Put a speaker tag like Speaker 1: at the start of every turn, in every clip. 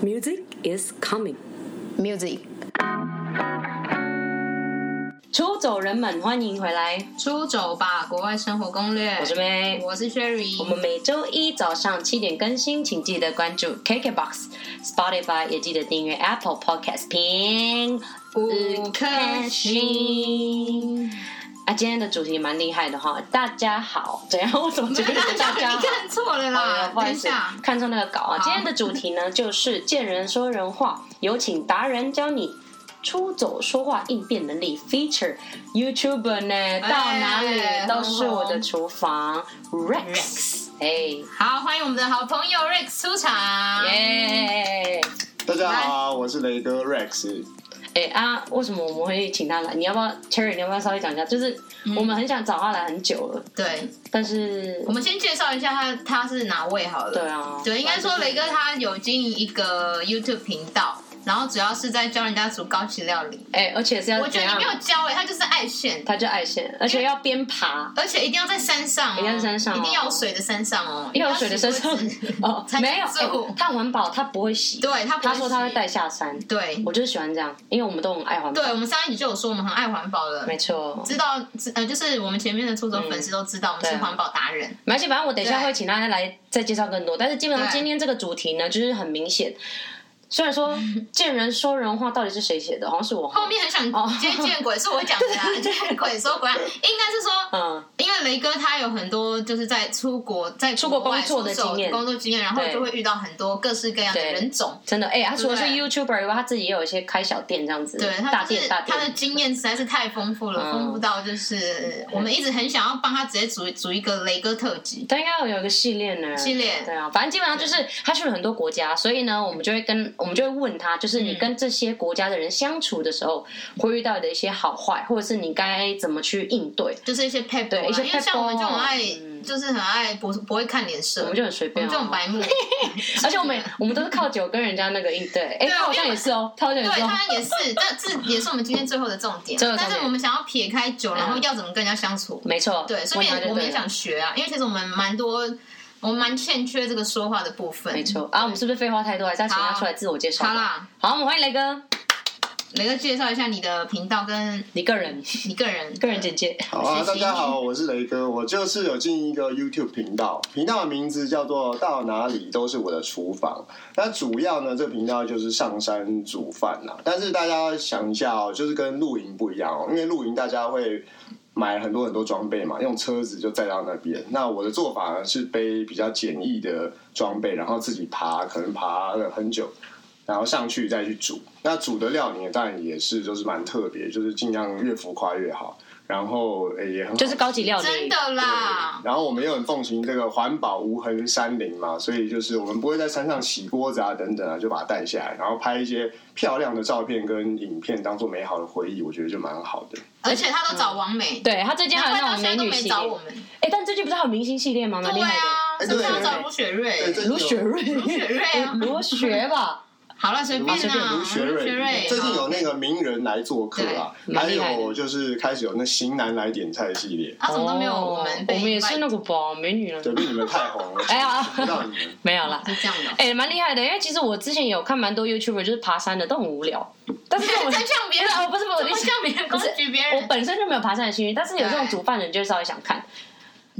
Speaker 1: Music is coming。
Speaker 2: music。
Speaker 3: 出走人们，欢迎回来，
Speaker 2: 出走吧，国外生活攻略。
Speaker 3: 我是 May。
Speaker 2: 我是
Speaker 3: 我们
Speaker 2: Sherry。
Speaker 3: 每周一早上七点更新，请记得关注 KKBOX、Spotify，也记得订阅 Apple Podcast，评
Speaker 2: 五颗星。
Speaker 3: 啊，今天的主题蛮厉害的哈！大家好，怎样？我怎么觉得是大家
Speaker 2: 你
Speaker 3: 好？
Speaker 2: 看错了啦
Speaker 3: 哎，不好
Speaker 2: 等
Speaker 3: 意
Speaker 2: 一
Speaker 3: 思
Speaker 2: 下，，
Speaker 3: 看错那个稿啊。今天的主题呢，就是见人说人话，有请达人教你出走说话应变能力。Feature YouTuber 呢，到哪里都是我的厨房。Rex，哎，
Speaker 2: 好，欢迎我们的好朋友 Rex 出场。
Speaker 3: 耶！
Speaker 4: 大家好，我是雷哥 Rex。
Speaker 3: 哎啊，为什么我们会请他来？你要不要，Cherry？你要不要稍微讲一下？就是我们很想找他来很久了，
Speaker 2: 对，
Speaker 3: 但是
Speaker 2: 嗯我们先介绍一下他他是哪位好了。
Speaker 3: 对啊
Speaker 2: 对，应该说雷哥他有经营一个 YouTube 频道，然后主要是在教人家煮高级料理。
Speaker 3: 哎，而且是要
Speaker 2: 我觉
Speaker 3: 怎
Speaker 2: 得你
Speaker 3: 样
Speaker 2: 没？有教哎、他就是爱炫，
Speaker 3: 他就爱线，而且要边爬。
Speaker 2: 而且一定要在山上、哦，
Speaker 3: 一定要在山上哦
Speaker 2: 一定要有水的山上哦，
Speaker 3: 要有水的身上
Speaker 2: 一定要洗锅子
Speaker 3: 哦，
Speaker 2: 才
Speaker 3: 没有，
Speaker 2: 能住
Speaker 3: 欸他环保，他不会洗。
Speaker 2: 对他不会
Speaker 3: 他说他会
Speaker 2: 洗
Speaker 3: 带下山。
Speaker 2: 对
Speaker 3: 我就是喜欢这样，因为我们都很爱环保。
Speaker 2: 对，我们上一集就有说我们很爱环保的，
Speaker 3: 没错。
Speaker 2: 知道知呃，就是我们前面的出走粉丝都知道我们
Speaker 3: 对
Speaker 2: 是
Speaker 3: 啊
Speaker 2: 环保达人，
Speaker 3: 没关系，反正我等一下
Speaker 2: 对
Speaker 3: 会请大家来再介绍更多。但是基本上
Speaker 2: 对
Speaker 3: 今天这个主题呢，就是很明显。虽然 说见人说人话，到底是谁写的？好像是我。
Speaker 2: 后面很
Speaker 3: 哦
Speaker 2: 想接见鬼，是我讲的啦， 见鬼说鬼啊，应该是说。
Speaker 3: 嗯，
Speaker 2: 因为雷哥他有很多就是在出国，在
Speaker 3: 出国
Speaker 2: 国外
Speaker 3: 工作的
Speaker 2: 出走
Speaker 3: 经验
Speaker 2: 工作经验，然后
Speaker 3: 对
Speaker 2: 就会遇到很多各式各样的
Speaker 3: 对
Speaker 2: 人种。
Speaker 3: 真的，哎、他除了是
Speaker 2: 对
Speaker 3: YouTuber 以外，他自己也有一些开小店这样子，
Speaker 2: 对
Speaker 3: 大
Speaker 2: 他就
Speaker 3: 店
Speaker 2: 是
Speaker 3: 大
Speaker 2: 他的
Speaker 3: 店。
Speaker 2: 经验实在是太丰富了，
Speaker 3: 嗯
Speaker 2: 丰富到就是我们一直很想要帮他直接组组一个雷哥特辑。
Speaker 3: 他应该有一个系列呢，
Speaker 2: 系列
Speaker 3: 对啊，反正基本上就是他去了很多国家，所以呢，我们就会跟我们就会问他，就是
Speaker 2: 嗯
Speaker 3: 你跟这些国家的人相处的时候，会遇到的一些好坏，或者是你该怎么去应对，
Speaker 2: 就是一些 p a p e
Speaker 3: 对一些
Speaker 2: 因为像
Speaker 3: pebble，
Speaker 2: 我们就很爱，
Speaker 3: 嗯
Speaker 2: 就是很爱不不会看脸色，
Speaker 3: 我们就很随
Speaker 2: 我
Speaker 3: 便、
Speaker 2: 们
Speaker 3: 啊，
Speaker 2: 这种白 目，
Speaker 3: 而且我们我们都是靠酒跟人家那个应对，哎、
Speaker 2: 对啊
Speaker 3: 他好像也是哦，他好像也
Speaker 2: 对
Speaker 3: 是哦，
Speaker 2: 他也是，这这也是我们今天最后的重点
Speaker 3: 最后。的重
Speaker 2: 但
Speaker 3: 点
Speaker 2: 是我们想要撇开酒，然后
Speaker 3: 嗯
Speaker 2: 要怎么跟人家相处，
Speaker 3: 没错，
Speaker 2: 对，顺
Speaker 3: 问他就
Speaker 2: 便
Speaker 3: 对
Speaker 2: 我们也
Speaker 3: 了
Speaker 2: 想学啊，因为其实我们蛮多，我们蛮欠缺这个说话的部分。
Speaker 3: 没，错啊，我们是不是废话太多，还是要请他
Speaker 2: 好
Speaker 3: 出来自我介绍？
Speaker 2: 好，啦，
Speaker 3: 好，我们欢迎雷哥，
Speaker 2: 雷哥介绍一下你的频道跟
Speaker 3: 你个人
Speaker 2: 你个人
Speaker 3: 个人简介，
Speaker 4: 好啊，
Speaker 2: 谢
Speaker 4: 大
Speaker 2: 谢
Speaker 4: 家好，我是雷哥，我就是有进一个 YouTube 频道，频道的名字叫做“到哪里都是我的厨房”。那主要呢，这个频道就是上山煮饭啦。但是大家想一下哦，就是跟露营不一样哦，因为露营大家会买很多很多装备嘛，用车子就载到那边。那我的做法呢是背比较简易的装备，然后自己爬，可能爬了很久，然后上去再去煮。那煮的料理呢，当然也是就是蛮特别，就是尽量越浮夸越好。然后诶也很好
Speaker 3: 就是高级料理，
Speaker 2: 真的啦
Speaker 4: 对，然后我们又很奉行这个环保无痕山林嘛，所以就是我们不会在山上洗锅子啊等等啊，就把它带下来，然后拍一些漂亮的照片跟影片，当做美好的回忆，我觉得就蛮好的。
Speaker 2: 而且他都找王美，
Speaker 3: 嗯对他最近还
Speaker 2: 难
Speaker 3: 有
Speaker 2: 怪
Speaker 3: 那
Speaker 2: 到
Speaker 3: 种美
Speaker 2: 现在都
Speaker 3: 女
Speaker 2: 没
Speaker 3: 系
Speaker 2: 找
Speaker 3: 列
Speaker 2: 我，们。
Speaker 3: 哎、但最近不是还有明星系列吗？蛮厉
Speaker 2: 对
Speaker 3: 害的。
Speaker 2: 啊，
Speaker 4: 哎
Speaker 2: 是不是要
Speaker 4: 对
Speaker 2: 找卢雪
Speaker 4: 对，
Speaker 2: 瑞？
Speaker 4: 最近有
Speaker 3: 卢雪瑞，呃
Speaker 2: 卢雪瑞啊
Speaker 3: 罗雪吧，
Speaker 2: 好了，随便
Speaker 4: 随便
Speaker 2: 啊，
Speaker 4: 卢雪
Speaker 2: 卢
Speaker 4: 瑞，最近有
Speaker 2: 好
Speaker 4: 那个名人来做客啊，
Speaker 3: 对蛮
Speaker 4: 还
Speaker 3: 厉害的
Speaker 4: 有就是开始有那型男来点菜系列，
Speaker 2: 他啊怎么都没有我
Speaker 3: 哦
Speaker 2: 们
Speaker 3: 我
Speaker 2: 被
Speaker 3: 们也是
Speaker 2: 卖
Speaker 3: 那个吧，美女了，
Speaker 4: 对，被你们太红了，
Speaker 3: 哎呀
Speaker 4: 不到你们。
Speaker 3: 没有啦。
Speaker 2: 是这样的。
Speaker 3: 哎、蛮厉害的，因为其实我之前有看蛮多 YouTuber，就是爬山的都很无聊，但是这 种
Speaker 2: 在呛别人
Speaker 3: 不是哦，不 是不是，我的意思
Speaker 2: 怎么呛别人
Speaker 3: 不是
Speaker 2: 攻击别人
Speaker 3: 我本身就没有爬山的兴趣，但是有这种
Speaker 2: 对
Speaker 3: 煮饭的人，就会稍微想看。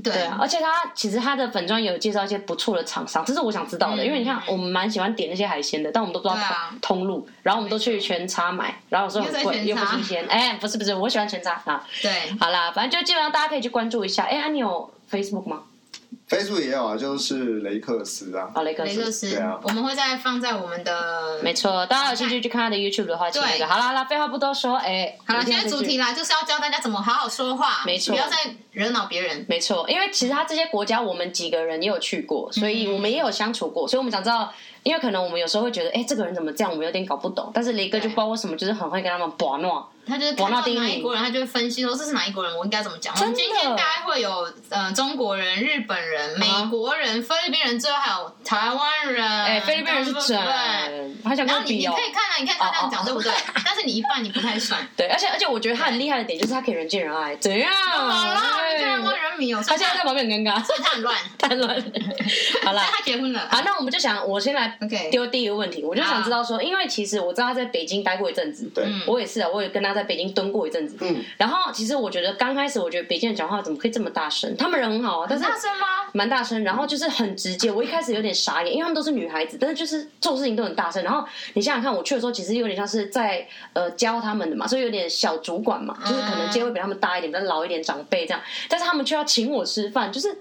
Speaker 2: 对
Speaker 3: 对啊，而且他其实他的粉砖有介绍一些不错的厂商，这是我想知道的，因为你看我们蛮喜欢点那些海鲜的，但我们都不知道
Speaker 2: 嗯
Speaker 3: 通、
Speaker 2: 对啊
Speaker 3: 通路，然后我们都去全差买，然后有时候很贵，
Speaker 2: 你
Speaker 3: 又
Speaker 2: 又在全
Speaker 3: 不
Speaker 2: 差
Speaker 3: 新鲜。哎、不是不是，我喜欢全差啊。
Speaker 2: 对，
Speaker 3: 好啦，反正就基本上大家可以去关注一下。哎、啊，你有 Facebook 吗？
Speaker 4: Facebook 也有啊，就是雷克斯啊，
Speaker 3: 啊，雷克
Speaker 2: 雷克
Speaker 3: 斯。
Speaker 2: 斯
Speaker 4: 对啊，
Speaker 2: 我们会再放在我们的。
Speaker 3: 没错，大家有兴趣去看他的 YouTube 的话，请那
Speaker 2: 对
Speaker 3: 个。好啦好啦，废话不多说，哎、
Speaker 2: 好了，
Speaker 3: 一定
Speaker 2: 现
Speaker 3: 要
Speaker 2: 在主
Speaker 3: 进去
Speaker 2: 题啦，就是要教大家怎么好好说话，
Speaker 3: 没错
Speaker 2: 不要再惹恼别人。
Speaker 3: 没错，因为其实他这些国家，我们几个人也有去
Speaker 2: 嗯
Speaker 3: 过，所以我们也有相处过，所以我们想知道，因为可能我们有时候会觉得，哎、这个人怎么这样，我们有点搞不懂。但是雷哥就
Speaker 2: 对啊
Speaker 3: 不知道为什么，就是很会跟他们玩闹。
Speaker 2: 他就是
Speaker 3: 广
Speaker 2: 看
Speaker 3: 纳
Speaker 2: 到
Speaker 3: 第一
Speaker 2: 哪一
Speaker 3: 名
Speaker 2: 国人，他就会分析说这是哪一国人，我应该怎么讲。我
Speaker 3: 真的
Speaker 2: 们今天大概会有呃中国人、日本人、美
Speaker 3: 啊
Speaker 2: 国人、菲律宾人，最后还有台湾人。
Speaker 3: 哎、菲律宾人是
Speaker 2: 对不
Speaker 3: 整
Speaker 2: 对，
Speaker 3: 还想
Speaker 2: 然
Speaker 3: 跟
Speaker 2: 后
Speaker 3: 我
Speaker 2: 你你
Speaker 3: 比哦哦
Speaker 2: 可。以看啊，你看他这样讲对不对？但是你一半你不 太算。
Speaker 3: 对，而且而且我觉得他很厉害的点就是他可以人见人爱，怎样？
Speaker 2: 好啦，
Speaker 3: 哦对
Speaker 2: 人家人关人民哦，
Speaker 3: 他现在在旁边很尴尬，
Speaker 2: 所以他很乱，所
Speaker 3: 太乱。好
Speaker 2: 以
Speaker 3: 啦，
Speaker 2: 他结婚了。
Speaker 3: 好，那我们就想，我先来
Speaker 2: OK
Speaker 3: 丢第一个问题，我就想知道说，因为其实我知道他在北京待过一阵子，
Speaker 4: 对
Speaker 2: 嗯
Speaker 3: 我也是啊，我也跟他在北京蹲过一阵子。
Speaker 4: 嗯，
Speaker 3: 然后其实我觉得刚开始，我觉得北京人讲话怎么可以这么大声？他们人很好啊，但是
Speaker 2: 大声吗？
Speaker 3: 蛮大声，然后就是很直接。我一开始有点傻眼，因为他们都是女孩子，但是就是做事情都很大声。然后你想想看，我去的时候其实有点像是在呃教他们的嘛，所以有点小主管嘛，
Speaker 2: 嗯
Speaker 3: 就是可能阶位比他们大一点，比较老一点长辈这样。但是他们却要请我吃饭，就是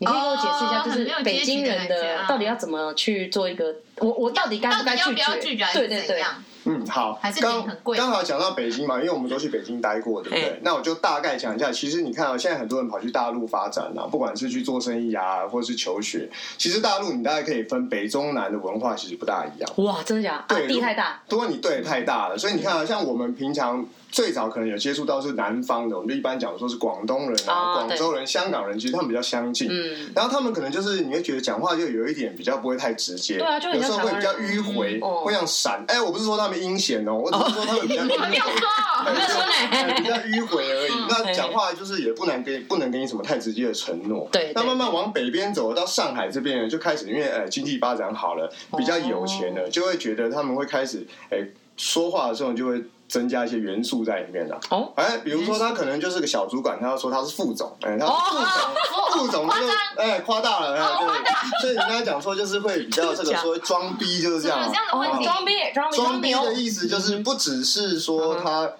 Speaker 3: 你可以给我解释一下，
Speaker 2: 哦
Speaker 3: 就
Speaker 2: 很没有
Speaker 3: 是北京人
Speaker 2: 阶级的感觉
Speaker 3: 的
Speaker 2: 啊
Speaker 3: 到底要怎么去做一个，我我到底该
Speaker 2: 到
Speaker 3: 该
Speaker 2: 底要
Speaker 3: 拒
Speaker 2: 不要拒绝
Speaker 3: 绝？
Speaker 2: 还
Speaker 3: 对
Speaker 2: 是
Speaker 3: 对
Speaker 2: 怎
Speaker 3: 对，
Speaker 2: 样？
Speaker 4: 嗯，好
Speaker 2: 还，是
Speaker 4: 刚
Speaker 2: 很贵
Speaker 4: 刚好讲到北京嘛，因为我们都去北京待过，对不对？那我就大概讲一下，其实你看啊，现在很多人跑去大陆发展啊，不管是去做生意啊，或是求学，其实大陆你大概可以分北中南的文化，其实不大一样。
Speaker 3: 哇，真的假的？啊
Speaker 4: 对
Speaker 3: 地太大，
Speaker 4: 如果你对太大了，所以你看啊，像我们平常最早可能有接触到是南方的，我们就一般讲说是广东人啊、
Speaker 3: 啊
Speaker 4: 广州人、香港人，其实他们比较相近。
Speaker 3: 嗯，
Speaker 4: 然后他们可能就是你会觉得讲话就有一点比较不会太直接，
Speaker 3: 对啊就很
Speaker 4: 有时
Speaker 3: 像
Speaker 4: 候会比较
Speaker 3: 台湾人
Speaker 4: 迂回，
Speaker 3: 嗯哦
Speaker 4: 会像闪。哎，我不是说他们阴险哦，我只是说他 们比较
Speaker 2: 你们没
Speaker 4: 迂
Speaker 2: 有
Speaker 4: 回。
Speaker 2: 说，
Speaker 3: 没有说呢
Speaker 4: 对比较迂回而已
Speaker 2: 嗯。
Speaker 4: 那讲话就是也不能给不能给你什么太直接的承诺。
Speaker 3: 对对
Speaker 4: 那慢慢往北边走到上海这边呢，就开始因为呃经济发展好了，比较有钱了，就会觉得他们会开始哎、说话的时候就会增加一些元素在里面了。
Speaker 3: 哦
Speaker 4: 哎，比如说他可能就是个小主管，他要说他是副总，哎，他是副总，副总就是哎夸大了，哎对，所以人家讲说就是会比较这个说装逼就是这
Speaker 2: 怎么有这
Speaker 4: 样啊，
Speaker 2: 样的问
Speaker 3: 哦，
Speaker 2: 题？
Speaker 3: 装逼装逼哦嗯
Speaker 4: 装逼
Speaker 3: 牛
Speaker 4: 的意思就是不只是
Speaker 3: 嗯
Speaker 4: 说他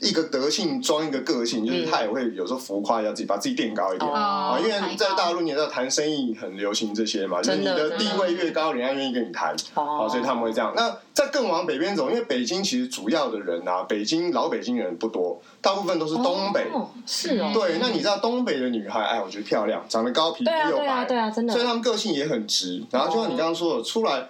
Speaker 4: 一个德性装一个个性，就是他也会有时候浮夸一下自己，把自己垫高一点。
Speaker 3: 哦
Speaker 4: 啊，因为在大
Speaker 2: 陆，
Speaker 4: 陆，你也知道谈生意很流行这些嘛，就是
Speaker 3: 真
Speaker 4: 你
Speaker 3: 的
Speaker 4: 的地位越高，人家愿意跟你谈，啊，
Speaker 3: 哦
Speaker 4: 所以他们会这样。那再更往北边走，因为北京其实主要的人啊，北京老北京人不多，大部分都是东北。
Speaker 3: 哦是哦，
Speaker 4: 对，那你知道东北的女孩，哎，我觉得漂亮，长得高，皮肤
Speaker 3: 对啊
Speaker 4: 又
Speaker 3: 对啊
Speaker 4: 白，
Speaker 3: 对啊，真的
Speaker 4: 所以她们个性也很直。然后就像你刚刚说的，出来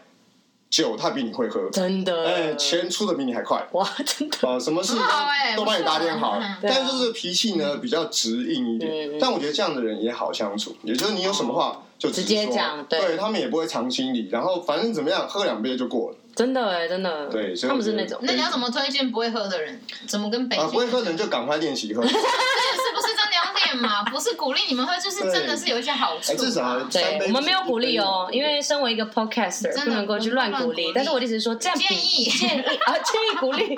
Speaker 4: 酒她比你会喝，
Speaker 3: 真的，
Speaker 4: 哎，钱出的比你还快，
Speaker 3: 哇，真的，
Speaker 4: 呃，什么事
Speaker 2: 很好欸
Speaker 4: 都帮你打点好
Speaker 2: 不错嗯，
Speaker 3: 对啊
Speaker 4: 但就是脾气呢比较直硬一
Speaker 3: 啊嗯
Speaker 4: 点
Speaker 3: 嗯。
Speaker 4: 但我觉得这样的人也好相处，也就是你有什么话就
Speaker 3: 直接
Speaker 4: 说
Speaker 3: 讲对
Speaker 4: 对他们也不会藏心里，然后反正怎么样，喝两杯就过了。
Speaker 3: 真的哎，真的，
Speaker 4: 对所以
Speaker 3: 他们
Speaker 4: 我觉
Speaker 3: 是
Speaker 4: 得
Speaker 3: 那种
Speaker 2: 那你要怎么推荐不会喝的人？怎么跟北京？
Speaker 4: 啊，不会喝的人就赶快 练习喝，
Speaker 2: 是不是这两点 嘛？不是鼓励你们喝，就是真的是有一些好处
Speaker 4: 哎
Speaker 2: 嘛。
Speaker 4: 至少三
Speaker 3: 对
Speaker 4: 杯，
Speaker 3: 我们没有鼓励哦，因为身为一个 podcaster，
Speaker 2: 真的
Speaker 3: 不能够去乱
Speaker 2: 不能
Speaker 3: 鼓
Speaker 2: 乱鼓
Speaker 3: 励
Speaker 2: 励。
Speaker 3: 但是我的意思是说，这样比
Speaker 2: 建议
Speaker 3: 建议 啊，建议鼓 励，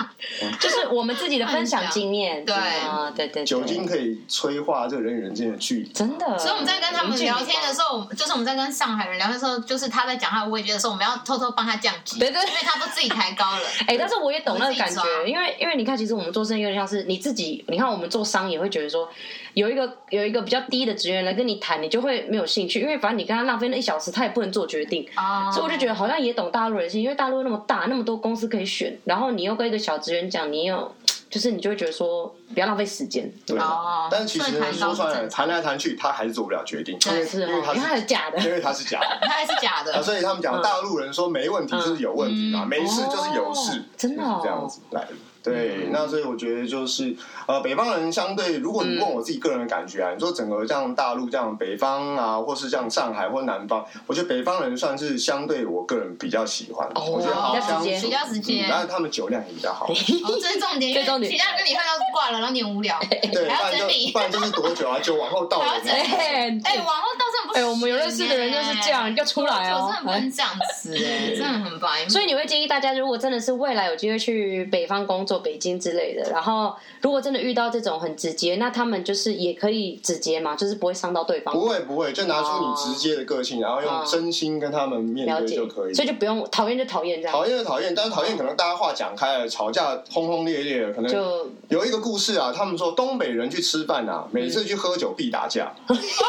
Speaker 3: 就是我们自己的分享经验。
Speaker 2: 对
Speaker 3: 啊，对对，对
Speaker 4: 酒精可以催化这个人与人之间的距离。
Speaker 3: 真的。
Speaker 2: 所以我们在跟他们聊天的时候，我们就是我们在跟上海人聊天的时候，就是他在讲他的味觉的时候，我们要偷偷帮他降级，
Speaker 3: 对对
Speaker 2: 因为他都自己抬高 了。
Speaker 3: 哎、但是我也懂那个感觉
Speaker 2: 我自，己抓
Speaker 3: 因为因为你看，其实我们做生意有点像是你自己，你看我们做商也会觉得说，有一个有一个比较低的职员来跟你谈，你就会没有兴趣，因为反正你跟他浪费那一小时，他也不能做决定。
Speaker 2: 哦
Speaker 3: 所以我就觉得好像也懂大陆人性，因为大陆那么大，那么多公司可以选，然后你又跟一个小职员讲，你有就是你就会觉得说不要浪费时间，
Speaker 4: 对
Speaker 2: 哦，
Speaker 4: 但其实
Speaker 2: 所以
Speaker 4: 呢
Speaker 2: 谈
Speaker 4: 说
Speaker 2: 高
Speaker 4: 穿
Speaker 2: 是
Speaker 4: 了，
Speaker 2: 正常
Speaker 4: 谈来谈去，他还是做不了决定，因为
Speaker 3: 是哦，
Speaker 4: 因为
Speaker 3: 因为它
Speaker 4: 他
Speaker 3: 是
Speaker 4: 是
Speaker 3: 假的，
Speaker 4: 因为他是假的。
Speaker 2: 他还是假
Speaker 4: 啊，
Speaker 2: 的。
Speaker 4: 所以他们讲大陆人说没问题就是有问题嘛，
Speaker 2: 嗯
Speaker 4: 没事就是有事，
Speaker 3: 哦真的哦
Speaker 4: 就是这样子来的。对，
Speaker 2: 嗯
Speaker 4: 那所以我觉得就是呃，北方人相对，如果你问我自己个人的感觉
Speaker 2: 嗯
Speaker 4: 啊，你说整个这样大陆这样北方啊，或是这样上海或南方，我觉得北方人算是相对我个人比较喜欢，
Speaker 3: 哦
Speaker 4: 我觉得好
Speaker 3: 比较
Speaker 4: 相
Speaker 3: 直接
Speaker 4: 处，
Speaker 2: 比较直接
Speaker 4: 嗯然后他们酒量也比 较好，
Speaker 2: 哦，这是重点，因
Speaker 3: 这是重
Speaker 2: 为
Speaker 3: 点
Speaker 2: 其他人跟你喝到挂了，然后你很无聊，
Speaker 4: 对，不
Speaker 2: 还要
Speaker 4: 然
Speaker 2: 整
Speaker 4: 就
Speaker 2: 理
Speaker 4: 不。然就是多久啊，就往后倒
Speaker 2: 还要
Speaker 4: 有没
Speaker 2: 整
Speaker 4: 有
Speaker 2: 理
Speaker 3: 哎
Speaker 2: 哎，往后倒真的不
Speaker 3: 哎、
Speaker 2: 行
Speaker 3: 我们有认识的人就是这样，要出来
Speaker 2: 我
Speaker 3: 哦
Speaker 2: 真的。不能这样子，哎，真的很白目。
Speaker 3: 所以你会建议大家，如果真的是未来有机会去北方工作、北京之类的，然后如果真的遇到这种很直接，那他们就是也可以直接嘛，就是不会伤到对方，
Speaker 4: 不会不会，就拿出
Speaker 2: 哦
Speaker 4: 你直接的个性，然后
Speaker 2: 嗯
Speaker 4: 用真心跟他们面
Speaker 3: 了
Speaker 4: 对
Speaker 3: 解，
Speaker 4: 就可以了。
Speaker 3: 所以就不用讨厌就讨厌这样，
Speaker 4: 讨厌就讨厌，但是讨厌可能大家话讲开了，吵架轰轰烈烈的，可能
Speaker 3: 就
Speaker 4: 有一个故事啊，他们说东北人去吃饭啊，
Speaker 2: 嗯
Speaker 4: 每次去喝酒必打架，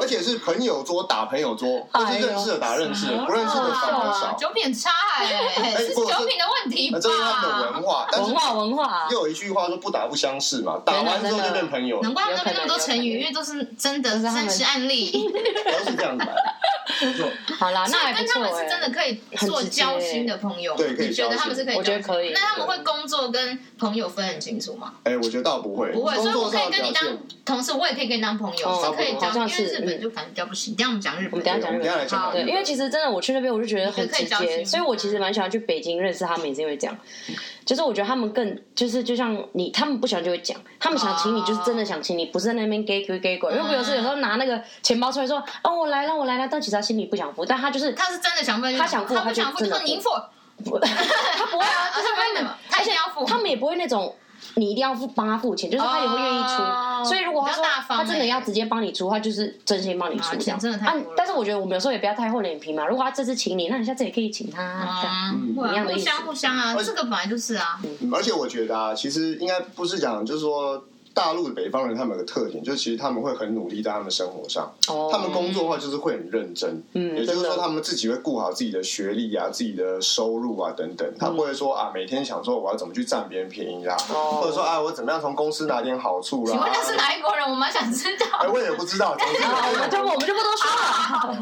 Speaker 4: 而且是朋友桌打朋友桌，不
Speaker 3: 哎
Speaker 4: 是
Speaker 3: 呦
Speaker 4: 认识的打认识的，不认识的反而
Speaker 2: 啊
Speaker 4: 少，，
Speaker 2: 酒品差哎，是
Speaker 4: 不是
Speaker 2: 酒品的问题吧
Speaker 4: 那？这是他们的文化。但是
Speaker 3: 文化文化、啊。
Speaker 4: 又有一句话说不打不相识嘛，打完之后就变朋友，
Speaker 2: 难怪他们那边那么多成语，因为都是真的真实案例。
Speaker 4: 都是这样子来的。
Speaker 3: 好啦，那还不
Speaker 2: 跟他
Speaker 3: 错
Speaker 2: 们
Speaker 3: 哎、
Speaker 2: 是真的可以做交心的朋友吗？
Speaker 4: 对可以
Speaker 2: 你觉得他们是可以交心？
Speaker 3: 我觉得可以
Speaker 2: 那他们会工作跟朋友分很清楚吗？
Speaker 4: 哎、我觉得倒不会，
Speaker 2: 不会，所
Speaker 4: 工
Speaker 2: 以我
Speaker 4: 作
Speaker 2: 可以
Speaker 4: 上的
Speaker 2: 跟
Speaker 4: 表
Speaker 2: 你
Speaker 4: 现
Speaker 2: 当同事，我也可以跟你当朋友，
Speaker 3: 哦
Speaker 2: 是可以
Speaker 3: 好像
Speaker 2: 当，因
Speaker 3: 是
Speaker 2: 为日本就感觉比较不行。等一下我们讲日本，
Speaker 3: 我们等一下讲
Speaker 4: 我们等一下来讲
Speaker 2: 好
Speaker 4: 讲日
Speaker 3: 对，
Speaker 4: 本
Speaker 3: 因为其实真的，我去那边我就觉得很直
Speaker 2: 你就可以交
Speaker 3: 接，
Speaker 2: 心
Speaker 3: 所以我其实蛮喜欢去北京认识他们，也是因为这样。就是我觉得他们更就是就像你，他们不喜欢就会讲，他们想请你就是真的想请你，不是在那边 gay 鬼 gay 鬼。因为我有时候有时候拿那个钱包出来说，哦我来了我来了，但其实他心里不想付，但他就是
Speaker 2: 他是真的想问，
Speaker 3: 他想付
Speaker 2: 他不想
Speaker 3: 他就
Speaker 2: 就
Speaker 3: 真的
Speaker 2: 说
Speaker 3: 付
Speaker 2: 您付，
Speaker 3: 他不会 啊，就是他们
Speaker 2: 他一定要付
Speaker 3: 他们也不会那种你一定要付帮他付钱，就是他也会愿意出。
Speaker 2: 哦
Speaker 3: 所以如果他说
Speaker 2: 比较大方
Speaker 3: 他真的
Speaker 2: 欸
Speaker 3: 要直接帮你出，他就是真心帮你出
Speaker 2: 啊
Speaker 3: 这样。
Speaker 2: 钱真的太
Speaker 3: 啊
Speaker 2: 多了
Speaker 3: 但是我觉得我们有时候也不要太厚脸皮嘛。如果他这次请你，那你下次也可以请他、这样。
Speaker 2: 嗯，
Speaker 4: 嗯
Speaker 2: 对
Speaker 3: 一
Speaker 2: 啊
Speaker 3: 样的意
Speaker 2: 互
Speaker 3: 思
Speaker 2: 相互相啊，
Speaker 4: 而且
Speaker 2: 这个本来就是啊，
Speaker 4: 嗯而且我觉得啊，其实应该不是讲，就是说大陆的北方人他们有个特点，就是其实他们会很努力在他们生活上，
Speaker 3: 哦
Speaker 4: 他们工作的话就是会很认真，
Speaker 3: 嗯
Speaker 4: 也就是
Speaker 3: 真的
Speaker 4: 说他们自己会顾好自己的学历啊、自己的收入啊等等，
Speaker 3: 嗯
Speaker 4: 他不会说啊每天想说我要怎么去占别人便宜啦，
Speaker 3: 哦
Speaker 4: 或者说啊我怎么样从公司拿点好处啦。
Speaker 2: 请问那是哪一国人？我蛮想知
Speaker 4: 哎，
Speaker 2: 道。
Speaker 4: 我也不知道，总之
Speaker 3: 啊，我们就我们就不多说了。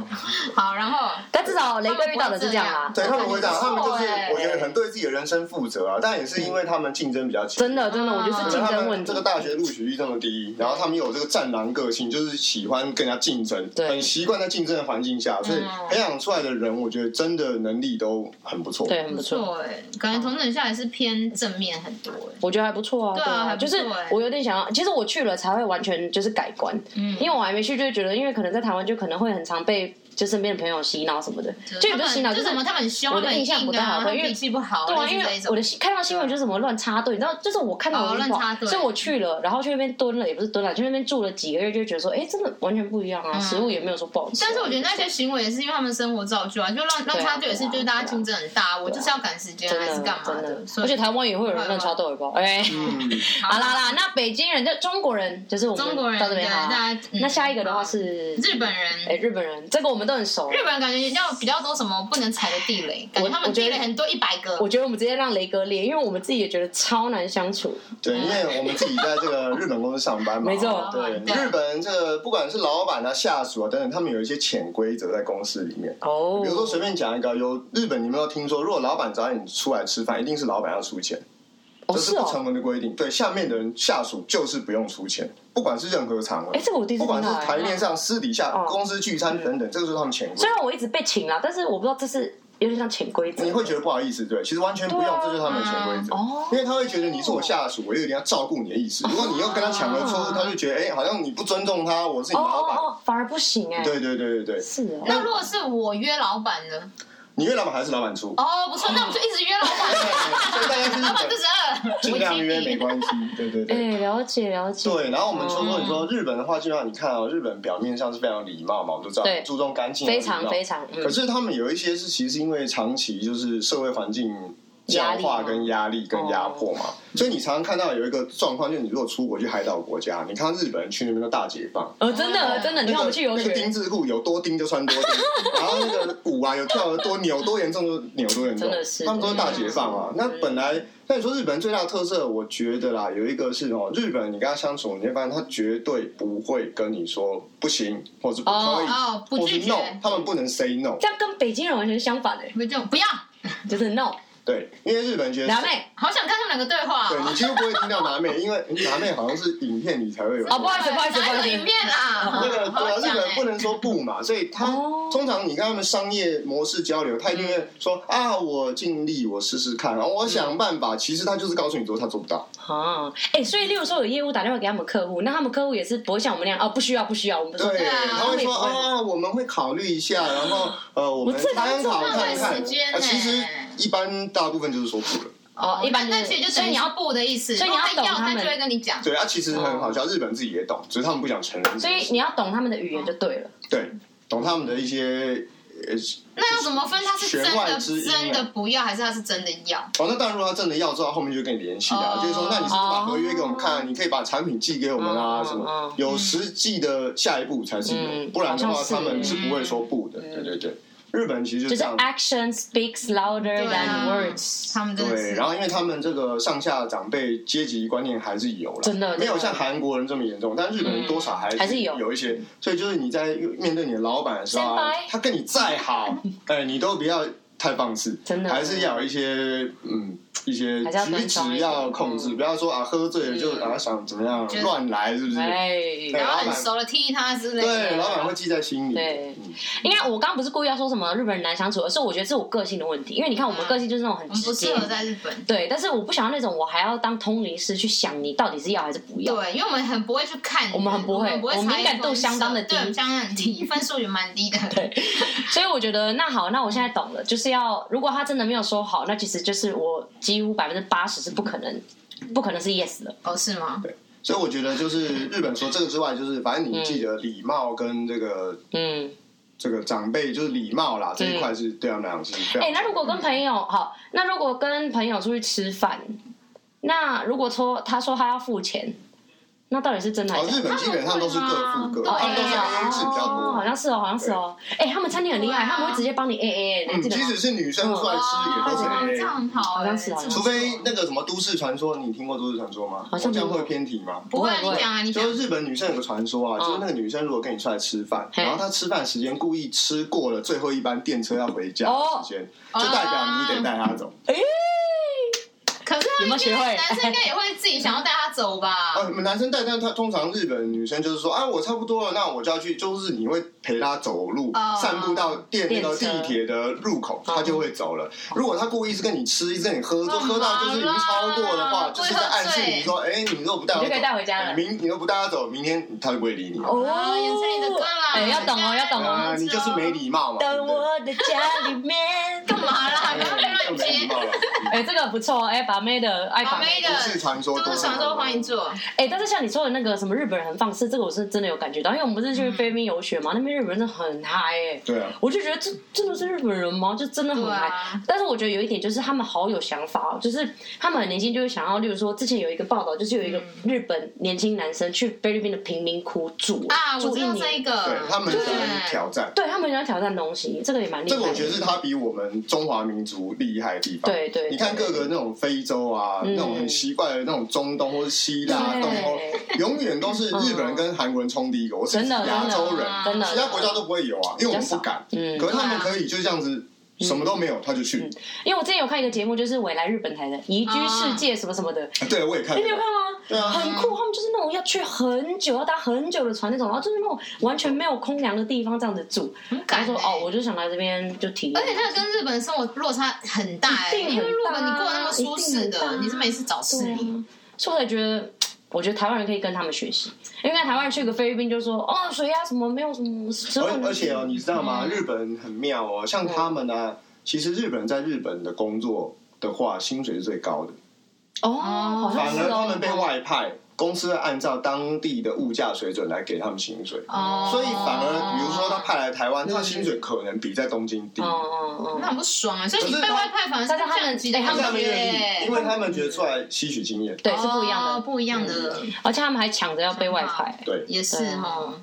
Speaker 2: 好，然后
Speaker 3: 但至少雷哥遇到的是这样啦。
Speaker 4: 对他们会这样，他们就是
Speaker 2: 不错欸
Speaker 4: 我觉
Speaker 3: 哎
Speaker 4: 得很对自己的人生负责啊，但也是因为他们竞争比较激烈
Speaker 3: 真的真的，我觉得是竞
Speaker 4: 他
Speaker 3: 争
Speaker 4: 们
Speaker 3: 问题
Speaker 4: 这个。大学录取率这么低，然后他们有这个战狼个性，就是喜欢跟人家竞争，
Speaker 3: 对嗯
Speaker 4: 很习惯在竞争的环境下，所以培养出来的人，我觉得真的能力都很不错。
Speaker 3: 对，，很不
Speaker 2: 不
Speaker 3: 错。
Speaker 2: 错哎，感觉同等下来是偏正面很多哎。
Speaker 3: 我觉得还不错啊，
Speaker 2: 对啊还不
Speaker 3: 就
Speaker 2: 错
Speaker 3: 是
Speaker 2: 欸
Speaker 3: 我有点想要，其实我去了才会完全就是改观，
Speaker 2: 嗯
Speaker 3: 因为我还没去就会觉得，因为可能在台湾就可能会很常被就身边的朋友洗脑什么的，就也不是洗脑，
Speaker 2: 就是什么他们很凶，
Speaker 3: 我的
Speaker 2: 他们
Speaker 3: 印象不
Speaker 2: 硬
Speaker 3: 太
Speaker 2: 啊
Speaker 3: 好
Speaker 2: 他
Speaker 3: 对
Speaker 2: 们
Speaker 3: 因为
Speaker 2: 脾气不好，
Speaker 3: 对啊，
Speaker 2: 类似
Speaker 3: 因
Speaker 2: 这
Speaker 3: 为
Speaker 2: 一种
Speaker 3: 我的新看到新闻就是什么乱插队，你知道，就是我看到我
Speaker 2: 哦
Speaker 3: 就不知道
Speaker 2: 乱插队
Speaker 3: 所以我去了，然后去那边蹲了，也不是蹲了，去那边住了几个月，就觉得说，哎，真的完全不一样啊，食物也没有说不好吃啊。
Speaker 2: 嗯但是我觉得那些行为也是因为他们生活造就啊，就乱乱插队也是，就是大家竞争很大，我就是要赶时间
Speaker 3: 啊真
Speaker 2: 还
Speaker 3: 的
Speaker 2: 是干嘛
Speaker 3: 真的，
Speaker 2: 所
Speaker 3: 而且
Speaker 2: 以
Speaker 3: 台湾也会有人乱插豆耳包，哎。
Speaker 4: 嗯，
Speaker 3: 好啦啦，那北京人就中国人，就是我们
Speaker 2: 中国人
Speaker 3: 到这边
Speaker 2: 对
Speaker 3: 哈
Speaker 2: 大家。嗯
Speaker 3: 那下一个的话是
Speaker 2: 日本人
Speaker 3: 哎，日本人，这个我们都很熟。
Speaker 2: 日本人感觉要比较多什么不能踩的地雷，感觉他们地雷很多一百个。
Speaker 3: 我觉得我们直接让雷哥列，因为我们自己也觉得超难相处。
Speaker 4: 对，因为我们自己在这个日本公司上班 嘛，
Speaker 3: 没错
Speaker 4: 对，
Speaker 2: 对
Speaker 4: 日本人这个不管是老板啊、下属啊等等，他们有一些潜规则在公司里面。
Speaker 3: 哦
Speaker 4: 比如说随便讲一个，有日本，你们有听说，如果老板找你出来吃饭，一定是老板要出钱。
Speaker 3: 哦
Speaker 4: 这是
Speaker 3: 是
Speaker 4: 不
Speaker 3: 哦
Speaker 4: 成，文的规定，对下面的人下属就是不用出钱，不管是任何场合，
Speaker 3: 哎这个我第一次
Speaker 4: 不管是
Speaker 3: 听到哎
Speaker 4: 台面上、私底下
Speaker 3: 哦、
Speaker 4: 公司聚餐等等，这个就是他们潜规
Speaker 3: 虽。然我一直被请啦，但是我不知道这是有点像潜规则。
Speaker 4: 你会觉得不好意思，对，其实完全不
Speaker 3: 对
Speaker 4: 用
Speaker 3: 啊，
Speaker 4: 这就是他们的潜规则
Speaker 3: 哦，
Speaker 4: 因为他会觉得你是我下属，我有点要照顾你的意思。如果你又跟他抢了出，他就觉得哎，好像你不尊重他，我是你
Speaker 3: 哦
Speaker 4: 老
Speaker 3: 哦
Speaker 4: 板。
Speaker 3: 哦，反而不行哎。
Speaker 4: 对对对对对，
Speaker 3: 是哦。
Speaker 2: 那如果是我约老板呢？
Speaker 4: 你约老板还是老板出，
Speaker 2: 哦，不错，那我们就一直约老
Speaker 4: 对
Speaker 2: 板，
Speaker 4: 所以大家就是
Speaker 2: 老板
Speaker 4: 本
Speaker 2: 就是二，
Speaker 4: 尽量约没
Speaker 2: 我
Speaker 4: 关系，对对对。
Speaker 3: 哎，了解了解。
Speaker 4: 对，然后我们说
Speaker 3: 嗯
Speaker 4: 说，你说日本的话，基本上你看哦，日本表面上是非常礼貌嘛，我们都知道
Speaker 3: 对
Speaker 4: 注重干净啊，
Speaker 3: 非常
Speaker 4: 礼貌
Speaker 3: 非常嗯
Speaker 4: 可是他们有一些是其实因为长期就是社会环境
Speaker 3: 压
Speaker 4: 僵
Speaker 3: 力
Speaker 4: 化
Speaker 3: 吗
Speaker 4: 跟压力跟压迫
Speaker 3: 哦
Speaker 4: 嘛，所以你常常看到有一个状况，就是你如果出国去海岛国家，你看到日本人去那边都大解放。
Speaker 3: 呃，真的真的，你
Speaker 4: 那
Speaker 3: 看
Speaker 4: 个
Speaker 3: 我们去游
Speaker 4: 那个丁
Speaker 3: 学，
Speaker 4: 字裤有多丁就穿多丁， 然后那个舞啊有跳得多扭多严重就扭多严重，
Speaker 3: 真的是
Speaker 4: 他们都是大解放啊。那本来那你说日本人最大的特色，我觉得啦，有一个是哦，日本人你跟他相处，你会发现他绝对不会跟你说不行，或是不可以，
Speaker 2: 哦，不
Speaker 4: 或
Speaker 2: 拒
Speaker 4: 是
Speaker 2: 绝，
Speaker 4: no，他们不能 say no。
Speaker 3: 这样跟北京人完全相反哎，
Speaker 2: 不就不要，
Speaker 3: 就是 no，
Speaker 4: 对，因为日本人觉得
Speaker 3: 娘妹。
Speaker 2: 好想看他们两个对话
Speaker 4: 对你
Speaker 2: 哦。
Speaker 4: 几乎不会听到拿妹，因为拿妹好像是影片里才会有。
Speaker 3: 哦不好意思不好意思
Speaker 2: 哪有影片啦，
Speaker 4: 那个
Speaker 2: 好
Speaker 4: 对
Speaker 2: 好
Speaker 4: 啊，日
Speaker 2: 讲
Speaker 4: 本人不
Speaker 2: 哎。
Speaker 4: 能说不嘛，所以他
Speaker 3: 哦嗯
Speaker 4: 通常你跟他们商业模式交流，他一定会说啊，我尽力，我试试看，然哦后我想办法。其实他就是告诉你说他做不到，
Speaker 3: 啊，哎、所以例如说有业务打电话给他们客户，那他们客户也是不会像我们那样哦，不需要不需要，我们不
Speaker 4: 对，
Speaker 2: 啊
Speaker 4: 他
Speaker 3: 他
Speaker 4: 会说
Speaker 3: 们也不会嗯
Speaker 4: 啊，我们会考虑一下，然后呃，我们
Speaker 3: 我这个
Speaker 4: 参考
Speaker 3: 这个哎浪
Speaker 4: 看
Speaker 3: 费
Speaker 4: 看
Speaker 2: 时间。
Speaker 4: 啊
Speaker 2: 呢
Speaker 4: 其实一般大部分就是说不了。
Speaker 3: 哦，一般就
Speaker 2: 那那其实
Speaker 3: 是
Speaker 2: 就
Speaker 3: 所
Speaker 2: 等
Speaker 3: 以
Speaker 2: 于
Speaker 3: 你
Speaker 2: 你
Speaker 3: 要
Speaker 2: 要不的意思，
Speaker 3: 所以你要
Speaker 2: 然后他
Speaker 3: 懂
Speaker 2: 要，
Speaker 3: 他
Speaker 2: 他
Speaker 3: 们
Speaker 2: 就会跟你讲。
Speaker 4: 对啊，其实很好笑，日本人自己也懂，只是他们不想承认。
Speaker 3: 哦所以你要懂他们的语言就对了。
Speaker 4: 对，懂他们的一些呃
Speaker 2: 那要怎么分？他是真
Speaker 4: 弦外
Speaker 2: 的
Speaker 4: 之音啊
Speaker 2: 真的不要，还是他是真的要？
Speaker 4: 哦，那当然，如果他真的要之后，后面就跟你联系啊
Speaker 2: 哦
Speaker 4: 就是说，那你是不是把合约给我们
Speaker 3: 哦
Speaker 4: 看？啊你可以把产品寄给我们啊
Speaker 3: 嗯
Speaker 4: 什
Speaker 3: 嗯
Speaker 4: 么？有实际的下一步才是有，
Speaker 3: 嗯
Speaker 4: 不然的
Speaker 3: 好
Speaker 4: 话
Speaker 3: 像是嗯
Speaker 4: 他们是不会说不的。对对对，日本其实
Speaker 3: 就是
Speaker 4: 这样。
Speaker 3: action speaks louder
Speaker 2: 对
Speaker 3: than
Speaker 2: 啊
Speaker 3: words。
Speaker 2: 他们真的
Speaker 4: 对，
Speaker 2: 是，
Speaker 4: 然后因为他们这个上下长辈阶级观念还是有啦，
Speaker 3: 真的
Speaker 4: 没有
Speaker 3: 真的嗯
Speaker 4: 像韩国人这么严重，但日本人多少还
Speaker 3: 还是有
Speaker 4: 有一些，所以就是你在面对你的老板的时候啊
Speaker 3: 先，掰
Speaker 4: 他跟你再好， 哎，你都不要太放肆，
Speaker 3: 真的
Speaker 4: 还是要有一些嗯一些
Speaker 3: 还是要
Speaker 4: 举
Speaker 3: 端庄
Speaker 4: 止
Speaker 3: 一点
Speaker 4: 要控制，
Speaker 3: 嗯
Speaker 4: 不要说啊喝醉了就
Speaker 2: 嗯
Speaker 4: 啊想怎么样
Speaker 2: 就是
Speaker 4: 乱来，是不是？
Speaker 3: 哎，啊
Speaker 4: 对啊
Speaker 2: 然后
Speaker 4: 老板
Speaker 2: 很熟的踢他之类的。
Speaker 4: 对，老板会记在心里。
Speaker 3: 对
Speaker 4: 嗯
Speaker 3: 应该我刚刚不是故意要说什么日本人难相处，而是我觉得是我个性的问题。因为你看我们个性就是那种很
Speaker 2: 啊我们
Speaker 3: 直
Speaker 2: 不
Speaker 3: 接
Speaker 2: 适，合在日本。
Speaker 3: 对，但是我不想要那种我还要当通灵师去想你到底是要还是不要。
Speaker 2: 对，因为我们很不会去看人，
Speaker 3: 我们很不会
Speaker 2: 我们
Speaker 3: 我们
Speaker 2: 察
Speaker 3: 敏感度
Speaker 2: 言观色
Speaker 3: 相当的低
Speaker 2: 对，相当很低，分数也蛮低的。对，
Speaker 3: 所以我觉得那好，那我现在懂了，就是要如果他真的没有说好，那其实就是我几乎百分之八十是不可能，不可能是 yes 的。
Speaker 2: 哦，是吗？
Speaker 4: 所以我觉得就是日本除了这个之外，就是反正你记得礼貌跟这个
Speaker 3: 嗯，
Speaker 4: 这个长辈就是礼貌啦这一块是对他们啊来讲是非常。
Speaker 3: 哎、那如果跟朋友好，那如果跟朋友出去吃饭，那如果说他说他要付钱，那到底是真的还
Speaker 4: 哦，
Speaker 3: 是假
Speaker 4: 日
Speaker 3: 的？
Speaker 4: 本基本上都是各付各，
Speaker 2: 哦
Speaker 4: 他们都是 A A 制比较
Speaker 3: 哦，好
Speaker 4: 多。
Speaker 3: 像是哦，好像是哦。哎、他们餐厅很厉害，
Speaker 2: 对啊
Speaker 3: 他们会直接帮你 A A，
Speaker 4: 嗯，
Speaker 3: 你记得
Speaker 4: 即
Speaker 3: 吗？
Speaker 4: 使是女生出来吃也都是
Speaker 2: 哦
Speaker 4: A
Speaker 2: 这样
Speaker 4: A，
Speaker 2: 很好
Speaker 3: 好
Speaker 2: 哎，
Speaker 3: 像是
Speaker 2: 这
Speaker 3: 好像是
Speaker 2: 么说
Speaker 4: 除非那个什么都市传说，你听过都市传说吗？
Speaker 3: 好像没
Speaker 4: 我这
Speaker 3: 有
Speaker 4: 样会偏题吗？
Speaker 2: 不会，
Speaker 3: 不会
Speaker 2: 你讲啊，你讲
Speaker 4: 就。是日本女生有个传说啊，
Speaker 3: 嗯
Speaker 4: 就是那个女生如果跟你出来吃饭，
Speaker 3: 嘿
Speaker 4: 然后她吃饭时间故意吃过了最后一班电车要回家的时间，
Speaker 2: 哦
Speaker 4: 就代表你得带她走。
Speaker 3: 哎、
Speaker 2: 可是他
Speaker 3: 有没有
Speaker 2: 们
Speaker 3: 学会
Speaker 2: 男生啊应该也会自己想要带他走
Speaker 4: 啊，
Speaker 2: 吧？
Speaker 4: 你们男生带，但他通常日本女生就是说，啊，我差不多了，那我就要去，就是你会陪她走路，
Speaker 2: 哦
Speaker 4: 散步到电那
Speaker 3: 电
Speaker 4: 个
Speaker 3: 车
Speaker 4: 地铁的入口，她就会走了。如果她故意是跟你吃，一直跟你喝，就
Speaker 2: 干嘛
Speaker 4: 喝到就是已经超过的话，
Speaker 2: 啦
Speaker 4: 就是在暗示你说，哎，你如果不带我
Speaker 3: 你就可以带回家了
Speaker 4: 哎明你都不带她走，明天她就不会理你。
Speaker 3: 哦，
Speaker 2: 哦，也是你的歌啦。
Speaker 3: 哎、要懂哦，要懂哦。
Speaker 4: 啊，你就是没礼貌嘛，对
Speaker 2: 啊
Speaker 3: 等
Speaker 4: 不对？
Speaker 3: 我的啊家里面。
Speaker 2: 干嘛啦？不要
Speaker 4: 哎就
Speaker 2: 乱
Speaker 4: 没礼
Speaker 2: 接。
Speaker 4: 貌了。
Speaker 3: 哎、这个不错，哎、把妹的爱把
Speaker 2: 把妹
Speaker 3: 妹
Speaker 2: 的
Speaker 3: 的，
Speaker 4: 都市传说，
Speaker 2: 都是想说欢迎做，
Speaker 3: 哎、但是像你说的那个什么日本人很放肆，这个我是真的有感觉到，因为我们不是
Speaker 2: 嗯
Speaker 3: 去菲律宾游学嘛，那边日本人真的很嗨、哎，
Speaker 4: 对啊，
Speaker 3: 我就觉得这真的是日本人吗？就真的很
Speaker 2: 对
Speaker 3: 嗨、
Speaker 2: 啊
Speaker 3: 但是我觉得有一点就是他们好有想法哦，就是他们很年轻就会想要，例如说之前有一个报道，就是有一个
Speaker 2: 嗯
Speaker 3: 日本年轻男生去菲律宾的贫民窟住
Speaker 2: 啊！我
Speaker 3: 住
Speaker 2: 知
Speaker 3: 一
Speaker 2: 道这
Speaker 3: 年，
Speaker 2: 一个，
Speaker 4: 对他们喜欢
Speaker 2: 对
Speaker 4: 挑战。
Speaker 3: 对他们想要挑战东西，这个也蛮厉害
Speaker 4: 这
Speaker 3: 的。
Speaker 4: 个我觉得是他比我们中华民族厉害的地方。
Speaker 3: 对对
Speaker 4: 你看各个那种非洲啊，
Speaker 3: 嗯
Speaker 4: 那种很奇怪的那种中东或是希腊、啊
Speaker 3: 对
Speaker 4: 东欧，哦永远都是日本人跟韩国人冲第一个，我是
Speaker 3: 真的
Speaker 4: 亚洲人，
Speaker 3: 真的
Speaker 4: 其他国家都不会有啊，因为我们不敢。
Speaker 3: 嗯
Speaker 4: 可是他们可以就这样子，什么都没有他就去。
Speaker 3: 因为我之前有看一个节目，就是我也来日本台的《移居世界》什么什么的，
Speaker 4: 啊对，我也看
Speaker 3: 你。有看吗？
Speaker 4: 对啊
Speaker 3: 很酷，他们就是那种要去很久，要搭很久的船那种，然后就是那种完全没有空调的地方这样子住。
Speaker 2: 很
Speaker 3: 他
Speaker 2: 感
Speaker 3: 说
Speaker 2: 动
Speaker 3: 哦，我就想来这边就体验
Speaker 2: 而。且那个跟日本生活落差很大哎、
Speaker 3: 一定很大
Speaker 2: 因为如果你过得那么舒适
Speaker 3: 一定很大
Speaker 2: 的，你是没事找事
Speaker 3: 对
Speaker 4: 嗯
Speaker 2: 情。
Speaker 3: 啊所以我才觉得，我觉得台湾人可以跟他们学习，因为看台湾人去个菲律宾就说哦，水啊什么没有什么，什么
Speaker 4: 而而且哦，你知道吗？
Speaker 3: 嗯
Speaker 4: 日本很妙哦，像他们呢，其实日本人在日本的工作的话，薪水是最高的。
Speaker 3: 哦，好像
Speaker 4: 反
Speaker 3: 是
Speaker 4: 而
Speaker 3: 哦
Speaker 4: 他们被外派，公司会按照当地的物价水准来给他们薪水，
Speaker 2: 哦
Speaker 4: 所以反而比如说他派来台湾，他的薪水可能比在东京低，
Speaker 3: 嗯嗯嗯，
Speaker 2: 那很不爽啊、所以你
Speaker 4: 可是
Speaker 2: 被
Speaker 4: 他
Speaker 2: 外派反而是
Speaker 3: 但是他们
Speaker 2: 降级的
Speaker 3: 哎
Speaker 2: 感
Speaker 4: 但是
Speaker 2: 觉
Speaker 4: 他们愿
Speaker 2: 耶
Speaker 4: 意，因为他们觉得出来吸取经验。
Speaker 3: 对是不一样
Speaker 2: 欸哦
Speaker 3: 的，
Speaker 2: 不一样的，
Speaker 3: 而且他们还抢着要被外派。
Speaker 4: 对，
Speaker 2: 也是
Speaker 3: 对啊
Speaker 2: 哦。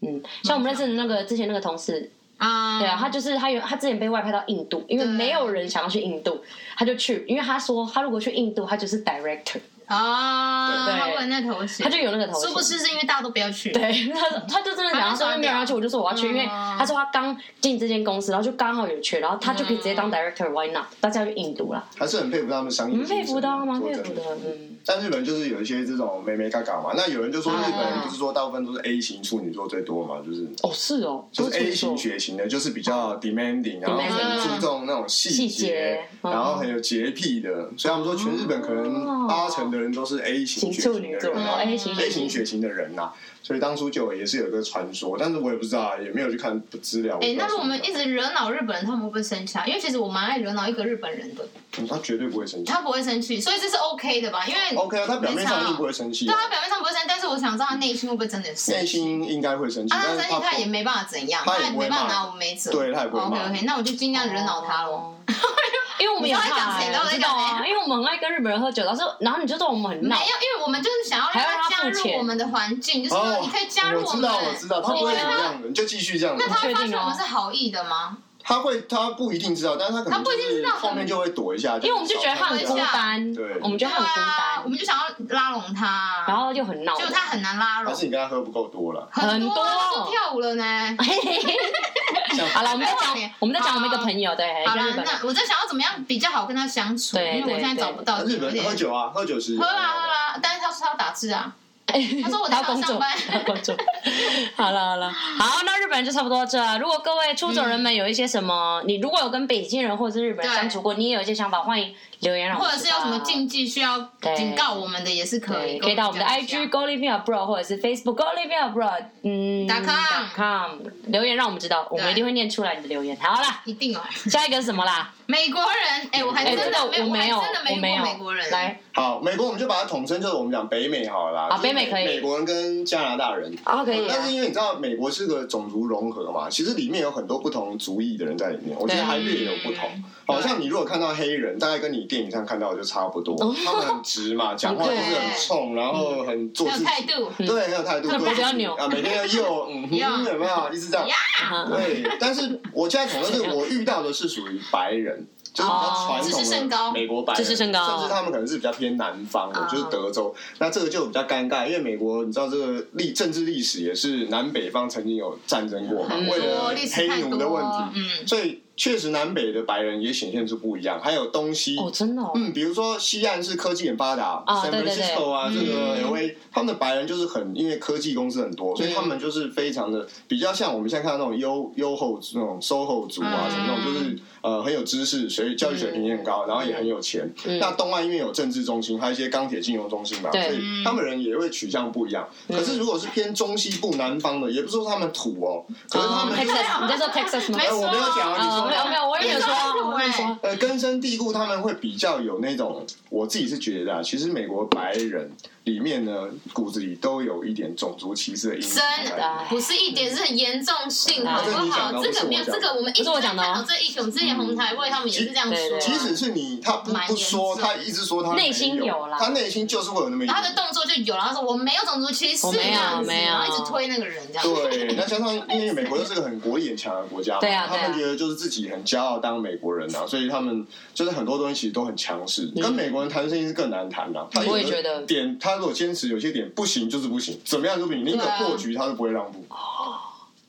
Speaker 3: 嗯，像我们认识的那个之前那个同事，
Speaker 2: 啊，
Speaker 3: 对啊，他就是他有他之前被外派到印度，因为
Speaker 2: 对
Speaker 3: 没有人想要去印度，他就去，因为他说他如果去印度，他就是 director，
Speaker 2: 啊，
Speaker 3: 对
Speaker 2: 他为了那头衔，
Speaker 3: 他就有那个头衔。
Speaker 2: 殊不知是因为大家都不要去，
Speaker 3: 对，他他就真的想要说因为没有人要去，我就说我要去，因为
Speaker 2: 嗯
Speaker 3: 他说他刚进这间公司，然后就刚好有缺，然后他就可以直接
Speaker 2: 嗯
Speaker 3: 当 director，why not？大家去印度啦，
Speaker 4: 还是很佩服他们商业
Speaker 3: 你
Speaker 4: 精
Speaker 3: 们
Speaker 4: 神。
Speaker 3: 佩服他吗？
Speaker 4: 说
Speaker 3: 佩
Speaker 4: 真
Speaker 3: 服的，嗯，
Speaker 4: 但日本就是有一些这种美美嘎嘎嘛，那有人就说日本人
Speaker 2: 嗯
Speaker 3: 啊
Speaker 4: 不是说大部分都是 A 型处女座最多嘛，就是。
Speaker 3: 哦是哦，
Speaker 4: 就
Speaker 3: 都
Speaker 4: 是 A 型血型的，就是比较 demanding，然后很注重那种细
Speaker 3: 细节
Speaker 4: 节，然后很有洁癖的，所以他们说全日本可能八成的人都是 A 型
Speaker 3: 型
Speaker 4: 血
Speaker 3: 处
Speaker 4: 型
Speaker 3: 女
Speaker 4: 的
Speaker 3: 座
Speaker 4: 人
Speaker 3: 哦
Speaker 4: 啊
Speaker 3: ，A 型
Speaker 4: ，A 型血型的人呐、啊所以当初就也是有一个传说，但是我也不知道啊，也没有去看资料。
Speaker 2: 哎、
Speaker 4: 不知道
Speaker 2: 但是我们
Speaker 4: 什
Speaker 2: 一
Speaker 4: 么
Speaker 2: 直惹恼日本人，他们会不会生气啊？因为其实我蛮爱惹恼一个日本人的，
Speaker 4: 嗯他绝对不会生气。
Speaker 2: 他不会生气，所以这是 OK 的吧？因为
Speaker 4: OK 啊，他表面上一定不会生气啊
Speaker 2: 对，啊他表面上不会生气，但是我想知道他内心会不会真的生
Speaker 4: 内
Speaker 2: 气。
Speaker 4: 心应该会生气，
Speaker 2: 啊，他
Speaker 4: 但是
Speaker 2: 生气他也
Speaker 4: 不
Speaker 2: 没办法怎样，
Speaker 4: 他
Speaker 2: 他
Speaker 4: 也
Speaker 2: 也
Speaker 4: 不会
Speaker 2: 没
Speaker 4: 骂
Speaker 2: 办法拿我没辙。
Speaker 4: 对他也不会
Speaker 2: OK
Speaker 4: 骂
Speaker 2: OK，那我就尽量惹恼他
Speaker 3: 哦
Speaker 2: 喽。。
Speaker 3: 因为我们也
Speaker 2: 你知道在
Speaker 3: 怕
Speaker 2: 讲谁
Speaker 3: 欸，
Speaker 2: 然后
Speaker 3: 我
Speaker 2: 在
Speaker 3: 知
Speaker 2: 讲
Speaker 3: 道啊，
Speaker 2: 谁
Speaker 3: 因为我们很爱跟日本人喝酒，然后说然后你就说我们很
Speaker 2: 没
Speaker 3: 闹
Speaker 2: 有，，因为我们就是想要让
Speaker 3: 还要让他
Speaker 2: 加
Speaker 3: 付钱
Speaker 2: 入我们的环境，就是
Speaker 4: 哦
Speaker 2: 说，你可以加入
Speaker 4: 我知
Speaker 2: 们
Speaker 4: 道，。我知道，他不会怎么样的，你就继续这样子。
Speaker 2: 那他会发
Speaker 3: 确定
Speaker 2: 现
Speaker 3: 哦
Speaker 2: 我们是好意的吗？
Speaker 4: 他会他不一定知道，但是他可
Speaker 2: 他
Speaker 4: 能
Speaker 2: 不一定
Speaker 4: 就是
Speaker 2: 知道
Speaker 4: 后面就会躲一下，
Speaker 3: 嗯因为我们就觉得他
Speaker 4: 他
Speaker 3: 很孤单
Speaker 4: 对，
Speaker 3: 我们觉
Speaker 2: 对
Speaker 3: 得他很孤
Speaker 2: 啊，我
Speaker 3: 单，
Speaker 2: 们就想要拉拢他，
Speaker 3: 然后又很闹
Speaker 2: 结，果他很难拉拢
Speaker 4: 还，是你跟他喝不够多了，
Speaker 2: 很多啊
Speaker 3: 很多
Speaker 2: 都跳舞了呢。
Speaker 4: 像
Speaker 3: 好了，我们在讲
Speaker 2: 没有啊
Speaker 3: 我们在讲我们一个朋友，对，一
Speaker 2: 好
Speaker 3: 个
Speaker 2: 啦
Speaker 3: 日，本人，
Speaker 2: 那我在想要怎么样比较好跟他相处，
Speaker 3: 对
Speaker 2: 因为我
Speaker 3: 对
Speaker 2: 现在找不到，
Speaker 4: 日
Speaker 2: 有
Speaker 4: 本人喝
Speaker 2: 点
Speaker 4: 酒啊，喝酒是
Speaker 2: 喝啦喝啦，但是他说他要打字啊，他说我在
Speaker 3: 他要工作，
Speaker 2: 上班
Speaker 3: 他要工作。 好了好了，好，那日本人就差不多这。如果各位出走人们有一些什么，你如果有跟北京人或者是日本人
Speaker 2: 嗯对
Speaker 3: 相处过，你也有一些想法，欢迎留言让我
Speaker 2: 或
Speaker 3: 们
Speaker 2: 者
Speaker 3: 知
Speaker 2: 是
Speaker 3: 道
Speaker 2: 有什么禁忌需要
Speaker 3: 对
Speaker 2: 警告我们的也是可
Speaker 3: 对，
Speaker 2: 以，
Speaker 3: 可以到我们的
Speaker 2: 跟讲
Speaker 3: IG Go Living Abroad 或者是 Facebook Go Living Abroad，嗯
Speaker 2: .com
Speaker 3: .com 留言让我们知道，我们
Speaker 2: 对
Speaker 3: 一定会念出来你的留言。好啦，
Speaker 2: 一定哦。
Speaker 3: 下一个是什么啦？
Speaker 2: 美国人，哎，我还
Speaker 3: 哎，
Speaker 2: 真
Speaker 3: 真
Speaker 2: 的
Speaker 3: 的
Speaker 2: 没有，
Speaker 3: 没
Speaker 2: 我
Speaker 3: 有，
Speaker 2: 还真的
Speaker 3: 我
Speaker 2: 没
Speaker 3: 没
Speaker 2: 遇
Speaker 3: 有
Speaker 2: 过美国人。
Speaker 3: 来
Speaker 4: 好，美国我们就把它统称就是我们讲北美好了啦。
Speaker 3: 啊
Speaker 4: 就是
Speaker 3: 北美可以
Speaker 4: 美国人跟加拿大人。哦
Speaker 3: 啊，可以啊
Speaker 4: 但是因为你知道，美国是个种族融合嘛，其实里面有很多不同族裔的人在里面，我觉得还略有不同
Speaker 2: 嗯。
Speaker 4: 好像你如果看到黑人，大概跟你电影上看到的就差不
Speaker 3: 哦
Speaker 4: 多，他们很直 嘛，讲话就是很冲，然后很做
Speaker 2: 很有
Speaker 4: 自己，
Speaker 2: 态度，
Speaker 4: 对，很有态度，
Speaker 3: 他们
Speaker 4: 做自己
Speaker 3: 比较扭
Speaker 4: 啊，每天要又嗯哼，
Speaker 2: 呀
Speaker 4: 有没有一直这样？
Speaker 3: 嗯
Speaker 4: 对，但是我现在统称是我遇到的是属于白人，就是比较传
Speaker 2: 自视
Speaker 4: 统
Speaker 2: 甚
Speaker 4: 的
Speaker 2: 高
Speaker 4: 美国白人，
Speaker 3: 自视甚高
Speaker 4: 甚至他们可能是比较偏南方的
Speaker 2: 啊，
Speaker 4: 就是德州。那这个就比较尴尬，因为美国你知道这个历政治历史也是南北方曾经有战争过嘛，
Speaker 3: 很
Speaker 4: 为
Speaker 2: 多
Speaker 4: 了
Speaker 2: 嗯哦历史
Speaker 4: 黑
Speaker 2: 太
Speaker 4: 奴的问
Speaker 2: 多，
Speaker 4: 题，
Speaker 2: 嗯，
Speaker 4: 所以确实南北的白人也显现出不一样，还有东西
Speaker 3: 哦，真的哦，
Speaker 4: 嗯，比如说西岸是科技很发达、
Speaker 3: 啊
Speaker 4: s a
Speaker 3: 对
Speaker 4: n
Speaker 3: 对对
Speaker 4: Francisco 啊，这个
Speaker 2: 嗯
Speaker 4: LA，、他们的白人就是很，因为科技公司很多，所以他们就是非常的比较像我们现在看到那种优优厚那种收后族啊，
Speaker 2: 嗯
Speaker 4: 什么那种就是呃很有知识，水教育水平也
Speaker 3: 嗯
Speaker 4: 很高，然后也很有钱。那东岸因为有政治中心，还有一些钢铁金融中心嘛，所
Speaker 3: 对嗯
Speaker 4: 以他们人也会取向不一样。可是如果是偏中西部南方的，也不是说他们土哦，可是他们就是。
Speaker 3: Texas，你在说 Texas 吗？
Speaker 2: 没
Speaker 4: 哎我没有讲啊，你
Speaker 3: 啊，
Speaker 4: 说
Speaker 3: 没有没有，我也有说，我也
Speaker 2: 你
Speaker 3: 有
Speaker 2: 说
Speaker 3: 说，啊
Speaker 4: 呃，根深蒂固，他们会比较有那种，我自己是觉得啊，其实美国白人里面呢，骨子里都有一点种族歧视的因素在里面。
Speaker 2: 真
Speaker 3: 的
Speaker 2: 哎不是一点，是很严重性，
Speaker 3: 啊
Speaker 2: 好不
Speaker 4: 这你讲的
Speaker 2: 好？
Speaker 4: 不
Speaker 2: 这
Speaker 4: 是
Speaker 2: 个
Speaker 4: 我
Speaker 2: 没有，
Speaker 4: 讲的
Speaker 2: 这个我们一直
Speaker 3: 不是我讲的哦
Speaker 2: 在探讨这一群，我们之前红台为他们也是这样
Speaker 3: 其
Speaker 2: 说
Speaker 3: 对
Speaker 2: 啊，
Speaker 4: 即使是你，他不
Speaker 2: 蛮
Speaker 4: 不
Speaker 2: 严
Speaker 4: 说，
Speaker 2: 重
Speaker 4: 他一直说他
Speaker 3: 内
Speaker 4: 没
Speaker 3: 心有
Speaker 4: 有
Speaker 3: 啦
Speaker 4: 他内心就是会有那么一
Speaker 2: 然后他
Speaker 4: 点
Speaker 3: 啊
Speaker 2: 的。动作就有了，他说我没有种族歧视，啊
Speaker 3: 我没有
Speaker 2: 这样子
Speaker 3: 没有
Speaker 2: 然后一直推那个人这样。
Speaker 4: 对，那加上因为美国又是个很国力很强的国家嘛，
Speaker 3: 对啊对
Speaker 4: 他
Speaker 3: 啊
Speaker 4: 们觉得就是自己很骄傲当美国人啊，所以他们就是很多东西其实都很强势，跟美国人谈生意是更难谈的、他
Speaker 3: 我也
Speaker 4: 有的
Speaker 3: 觉得
Speaker 4: 点，他如果坚持有些点不行就是不行，怎么样都不行，宁可
Speaker 2: 对啊
Speaker 4: 破局他都不会让步。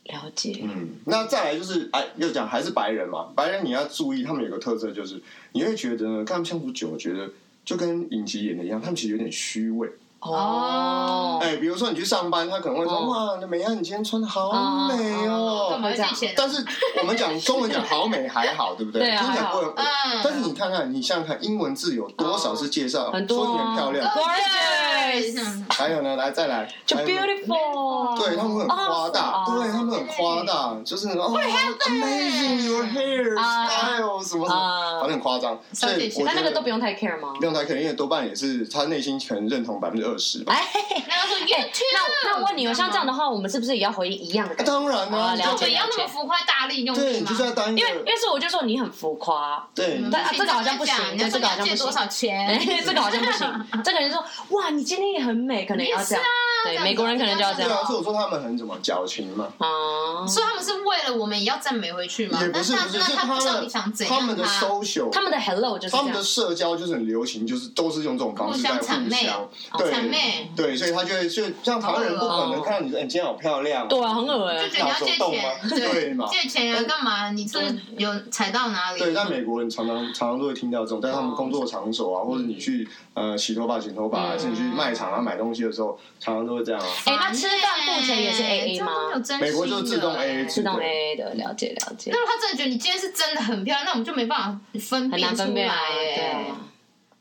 Speaker 3: 了解，
Speaker 4: 嗯，那再来就是，哎，又讲还是白人嘛，白人你要注意，他们有个特色就是，你会觉得呢，跟他们相处久，觉得就跟影集演的一样，他们其实有点虚伪。
Speaker 3: 哦，
Speaker 4: 哎，比如说你去上班，他可能会说，
Speaker 3: 哦
Speaker 4: 哇，那美亚你今天穿的好美
Speaker 2: 干
Speaker 4: 哦。
Speaker 2: 嘛借钱？
Speaker 4: 但是我们讲中文讲好美还好，对不对？
Speaker 3: 对啊
Speaker 4: 中文讲不
Speaker 3: 还
Speaker 4: 能。
Speaker 2: 嗯，
Speaker 4: 但是你看看，你想想看，英文字有多少是介绍，
Speaker 3: 很多
Speaker 4: 说你很漂亮。
Speaker 3: ，gorgeous，
Speaker 4: 还有呢，来再来，
Speaker 3: 就
Speaker 4: 还有呢
Speaker 3: beautiful，
Speaker 4: 对他们会很夸大，
Speaker 3: 哦
Speaker 4: 对他们很夸大，就是哦，amazing your hair
Speaker 3: 啊
Speaker 4: style 什么什
Speaker 3: 啊
Speaker 4: 么，反正很夸张。所以我
Speaker 3: 但
Speaker 4: 觉
Speaker 3: 那个都
Speaker 4: 得
Speaker 3: 不用太 care 吗
Speaker 4: 不？用太可怜，因为多半也是他内心可能认同百分之二十吧。
Speaker 3: 哎，
Speaker 2: 那他说 YouTube，
Speaker 3: 那那我问你哦，像这样的话，我们是不是也要回应一样的感觉？
Speaker 4: 当然
Speaker 3: 啊
Speaker 4: 啦，你
Speaker 3: 了
Speaker 4: 就
Speaker 3: 解
Speaker 2: 不要那么浮夸大力用
Speaker 4: 对，
Speaker 2: 力
Speaker 4: 你
Speaker 2: 吗嗯
Speaker 4: 就是？要当一
Speaker 3: 因
Speaker 4: 个
Speaker 3: 为因为是我就说你很浮夸，
Speaker 4: 对
Speaker 3: 但啊
Speaker 2: 你
Speaker 3: 这个好像
Speaker 2: 这
Speaker 3: 不
Speaker 2: 样
Speaker 3: 行
Speaker 2: 讲你要
Speaker 3: 这个好
Speaker 2: 说
Speaker 3: 像
Speaker 2: 你要
Speaker 3: 不
Speaker 2: 借多
Speaker 3: 行
Speaker 2: 少
Speaker 3: 哎
Speaker 2: 钱？，
Speaker 3: 这个好像不行。 这个人说，哇，你今天也很美，可能也要
Speaker 2: 啊
Speaker 3: 这样。对，美国人可能就要这
Speaker 4: 对
Speaker 3: 样
Speaker 4: 啊，所以我说他们很怎么矫情嘛，
Speaker 3: 啊。
Speaker 2: 所以他们是为了我们也要赞美回去吗？
Speaker 4: 也
Speaker 2: 那
Speaker 4: 不是
Speaker 2: 嗯那
Speaker 4: 不是，
Speaker 2: 那
Speaker 4: 是
Speaker 2: 他
Speaker 4: 他
Speaker 2: 不知道你想
Speaker 4: 们
Speaker 2: 怎
Speaker 4: 他
Speaker 2: 样
Speaker 4: 们的
Speaker 2: 啊
Speaker 4: social
Speaker 3: 他们的 hello 就是这
Speaker 4: 他们
Speaker 3: 样
Speaker 4: 的。社交就是很流行，就是都是用这种方式在
Speaker 2: 互相谄
Speaker 4: 互
Speaker 2: 媚
Speaker 4: 相
Speaker 2: 哦
Speaker 4: 对
Speaker 2: 谄媚
Speaker 4: 对，所以他就会就像台湾人不可能看到你说哎你今天好漂亮哦，
Speaker 3: 对啊，很恶
Speaker 2: 就
Speaker 3: 心。
Speaker 2: 觉得你要借
Speaker 4: 脑手动
Speaker 2: 钱
Speaker 4: 吗，对嘛
Speaker 2: 借钱啊，干
Speaker 3: 呃
Speaker 2: 嘛？你是不是有踩到哪里？
Speaker 4: 对，但美国人常常常常都会听到这种，在
Speaker 2: 哦
Speaker 4: 他们工作场所啊，
Speaker 2: 嗯
Speaker 4: 或者你去呃洗头发、剪头发，还是你去卖场啊买东西的时候，常常都会这 样啊。
Speaker 3: 哎，那吃饭付钱也是 AA 吗？
Speaker 2: 吗
Speaker 4: 美国就是自动
Speaker 2: 欸
Speaker 4: AA 制
Speaker 3: 自动 AA 的，哎了解了解
Speaker 2: 那。如果他真的觉得你今天是真的很漂亮，那我们就没办法分
Speaker 3: 很
Speaker 2: 辨
Speaker 3: 难
Speaker 2: 出
Speaker 3: 分辨啊
Speaker 2: 来，
Speaker 3: 对
Speaker 2: 耶。
Speaker 3: 啊，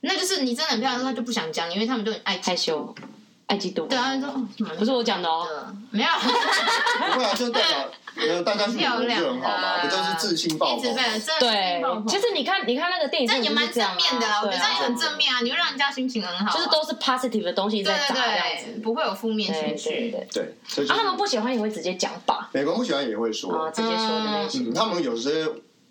Speaker 2: 那就是你真的很漂亮，他就不想讲，因为他们都很爱
Speaker 3: 害
Speaker 2: 讲。
Speaker 3: 羞，爱嫉妒。
Speaker 2: 对啊，他就说哦蛮
Speaker 3: 不是我讲的哦。
Speaker 2: 的，没有，
Speaker 4: 不会啊，就代表呃大家去美国就很好嘛，不就是自信爆
Speaker 2: 啊一
Speaker 4: 棚
Speaker 2: 直？被真的
Speaker 3: 对
Speaker 2: 是爆，红
Speaker 3: 其实你看，你看那个电影，
Speaker 2: 但也蛮正面的啦，我觉得这样也很正
Speaker 3: 面。
Speaker 2: 面啊，你会让人家心情很好啊，
Speaker 3: 啊就是都是 positive 的东西
Speaker 2: 对
Speaker 3: 在砸这样
Speaker 2: 对对，
Speaker 3: 子。
Speaker 2: 不会有负面
Speaker 3: 对
Speaker 2: 情
Speaker 3: 对
Speaker 2: 绪。
Speaker 3: 对。
Speaker 4: 对，所以就
Speaker 3: 啊，
Speaker 4: 是
Speaker 3: 他们不喜欢也会直接讲吧，
Speaker 4: 美国人不喜欢也会
Speaker 3: 啊，
Speaker 2: 哦
Speaker 4: 说，
Speaker 3: 直接说的那些。
Speaker 4: 嗯，他们有些。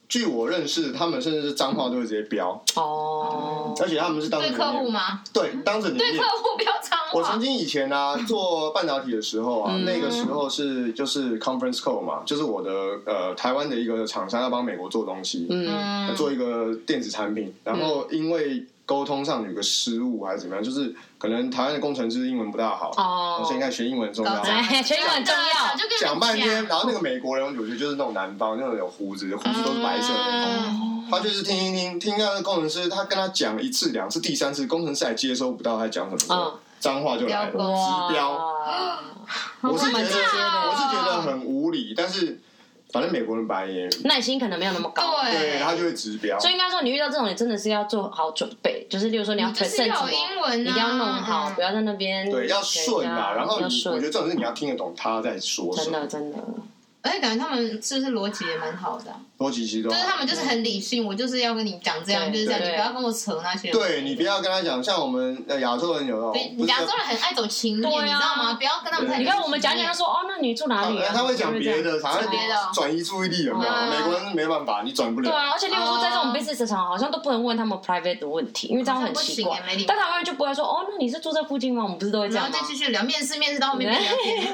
Speaker 4: 据我认识，他们甚至是脏话都会直接飙，
Speaker 3: 哦，
Speaker 4: 而且他们是当着
Speaker 2: 对
Speaker 4: 你
Speaker 2: 客户
Speaker 4: 面，
Speaker 2: 吗？
Speaker 4: 对，当着你
Speaker 2: 对
Speaker 4: 面
Speaker 2: 客户不要脏
Speaker 4: 我曾经以前啊做半导体的时候啊，那个时候是就是 conference call 嘛，就是我的呃台湾的一个厂商要帮美国做东西，
Speaker 3: 嗯
Speaker 2: 嗯，
Speaker 4: 做一个电子产品，然后因为沟通上有个失误还是怎么样，就是可能台湾的工程师英文不大好，
Speaker 3: 哦
Speaker 4: 所以你看学英文很重
Speaker 2: 搞
Speaker 4: 要。
Speaker 2: 砸
Speaker 3: 哎这个很重要
Speaker 2: 真的就跟人
Speaker 4: 讲半天，然后那个美国人，我觉得就是那种南方，那种有胡子，胡子都是白色的那种。
Speaker 2: 嗯
Speaker 4: 他就是听一听，听到那个工程师，他跟他讲一次、两次、第三次，工程师还接收不到他讲什么
Speaker 3: 嗯，
Speaker 4: 脏、话就来
Speaker 2: 标
Speaker 4: 了，指标。我是觉
Speaker 3: 蛮
Speaker 4: 得，
Speaker 3: 直接的
Speaker 4: 我是觉得很无理，但是反正美国人白眼，
Speaker 3: 耐心可能没有那么高。
Speaker 4: 对，
Speaker 2: 对，
Speaker 4: 他就会指标。
Speaker 3: 所以应该说，你遇到这种，你真的是要做好准备，就是例如说你要
Speaker 2: 你就
Speaker 3: present
Speaker 2: 是
Speaker 3: 什
Speaker 2: 要
Speaker 3: 么，
Speaker 2: 有英文啊
Speaker 3: 你一定要弄好，
Speaker 2: 嗯
Speaker 3: 不要在那边
Speaker 4: 对，要顺啊，
Speaker 3: 对
Speaker 4: 然
Speaker 3: 要
Speaker 4: 后你，我觉
Speaker 3: 顺，
Speaker 4: 得这种事你要听得懂他在说什
Speaker 3: 真的
Speaker 4: 么，
Speaker 3: 真的，
Speaker 2: 而且哎感觉他们是不是逻辑也蛮好的啊、
Speaker 4: 逻辑其实都
Speaker 2: 就是他们就是很理性，我就是要跟你讲这样，就
Speaker 3: 对
Speaker 2: 是这样，你
Speaker 3: 对
Speaker 2: 不要跟我扯那些。
Speaker 4: 对你不要跟他讲，像我们呃亚洲人有那种，不
Speaker 2: 对，
Speaker 4: 是
Speaker 2: 亚洲人很爱走情面，
Speaker 3: 对啊
Speaker 2: 你知道吗？不要跟他们太。
Speaker 3: 你看我们讲讲，他说哦，那你住哪
Speaker 4: 他
Speaker 3: 里啊？
Speaker 4: 呃他会讲别的，
Speaker 3: 就是这样
Speaker 4: 反正
Speaker 2: 别的哦
Speaker 4: 转移注意力有没有？
Speaker 2: 嗯
Speaker 4: 美国人是没办法，你转不
Speaker 3: 对
Speaker 4: 了。
Speaker 3: 啊，而且例如说，在这种
Speaker 2: 哦
Speaker 3: business 的场合，好像都不能问他们 private 的问题，因为这样很奇怪
Speaker 2: 好像不行也没礼欸貌。
Speaker 3: 但台湾人就不会说哦，那你是住在附近吗？我们不是都会这
Speaker 2: 然
Speaker 3: 样
Speaker 2: 后
Speaker 3: 吗
Speaker 2: 再？继续聊面试，面试到后面聊天。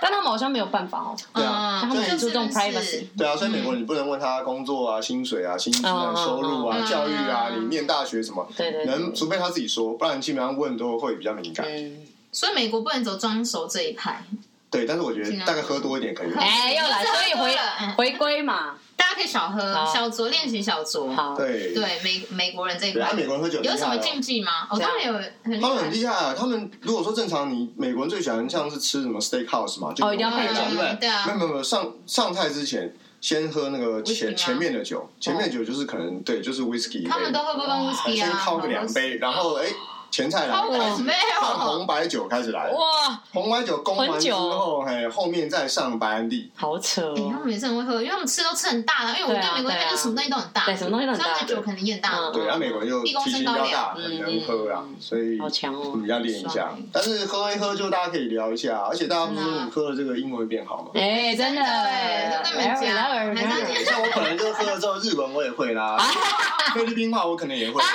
Speaker 3: 但他们好像没有办法哦。
Speaker 4: 对
Speaker 2: 嗯
Speaker 4: 啊，
Speaker 3: 他们
Speaker 2: 对
Speaker 3: 很注重
Speaker 2: 就真的是
Speaker 3: privacy
Speaker 4: 对啊，所以美国人你不能问他工作啊、薪水啊、薪资啊
Speaker 3: 嗯、嗯
Speaker 4: 收入啊、
Speaker 2: 嗯
Speaker 4: 教育啊、
Speaker 2: 嗯
Speaker 4: 你念大学什么，
Speaker 3: 对对对
Speaker 4: 能除非他自己说，不然基本上问都会比较敏感。
Speaker 3: 嗯，
Speaker 2: 所以美国不能走装熟这一派，
Speaker 4: 对，但是我觉得
Speaker 2: 尽量
Speaker 4: 大概喝多一点可以。
Speaker 3: 哎，又来，
Speaker 2: 嗯不是
Speaker 3: 所以
Speaker 2: 喝多了
Speaker 3: 回
Speaker 2: 嗯
Speaker 3: 回归嘛，
Speaker 2: 大家可以少喝
Speaker 3: 好，
Speaker 2: 小酌练习小酌。
Speaker 3: 好，
Speaker 4: 对
Speaker 2: 对美美国人这一
Speaker 4: 对，
Speaker 2: 块
Speaker 4: 啊，美国人喝酒很厉
Speaker 2: 有
Speaker 4: 害
Speaker 2: 什
Speaker 4: 哦
Speaker 2: 么禁忌吗？哦，
Speaker 3: 这样
Speaker 2: 他们有很
Speaker 4: 他们很
Speaker 2: 害。
Speaker 4: 厉害啊！他们如果说正常，你美国人最喜欢像是吃什么 steakhouse 嘛，就
Speaker 3: 哦一定要配
Speaker 4: 牛排
Speaker 3: 酒
Speaker 4: 嘛对不
Speaker 2: 嗯对啊
Speaker 4: 没有没有没有，上上菜之前先喝那个前
Speaker 2: Whisky 吗
Speaker 4: 前面的酒，前面的酒就是可能对，就是 whisky 一类
Speaker 2: 他们都喝波本 whisky
Speaker 4: 先
Speaker 2: 啊，
Speaker 4: 泡个两杯，然后哎前菜来
Speaker 2: 泡
Speaker 4: 了，开
Speaker 2: 两
Speaker 4: 始
Speaker 2: 杯
Speaker 4: 放红
Speaker 2: 哦，
Speaker 4: 白酒开始来了，
Speaker 3: 哇，
Speaker 4: 红白酒供完之后，嘿，后面再上白兰地，
Speaker 3: 好扯
Speaker 2: 哎他
Speaker 3: 哦。
Speaker 2: 们也是很会喝，因为他们吃都吃很大的，因为我对
Speaker 3: 对啊
Speaker 2: 美国人
Speaker 3: 对啊
Speaker 2: 就什么东西都很大，
Speaker 3: 对什么东西都很大
Speaker 2: 所以他们的酒可能也很大
Speaker 3: 嗯。
Speaker 4: 对，然啊后美国人又
Speaker 2: 一公
Speaker 4: 体
Speaker 2: 升
Speaker 4: 型比
Speaker 2: 高
Speaker 4: 较
Speaker 2: 粱
Speaker 4: 大，很能喝啊
Speaker 3: 嗯，
Speaker 4: 所以
Speaker 3: 好强哦
Speaker 4: 嗯要练一下
Speaker 2: 爽。
Speaker 4: 但是喝一喝就大家可以聊一下，而且大家不是说
Speaker 2: 真的啊
Speaker 4: 你喝了这个英文会变好吗？
Speaker 3: 哎，真的，
Speaker 2: 哎就跟你们讲
Speaker 3: 哎
Speaker 2: 还是要
Speaker 4: 对像我本来就喝了之后，日文我也会啦， 菲律宾话我可能也会。
Speaker 3: 啊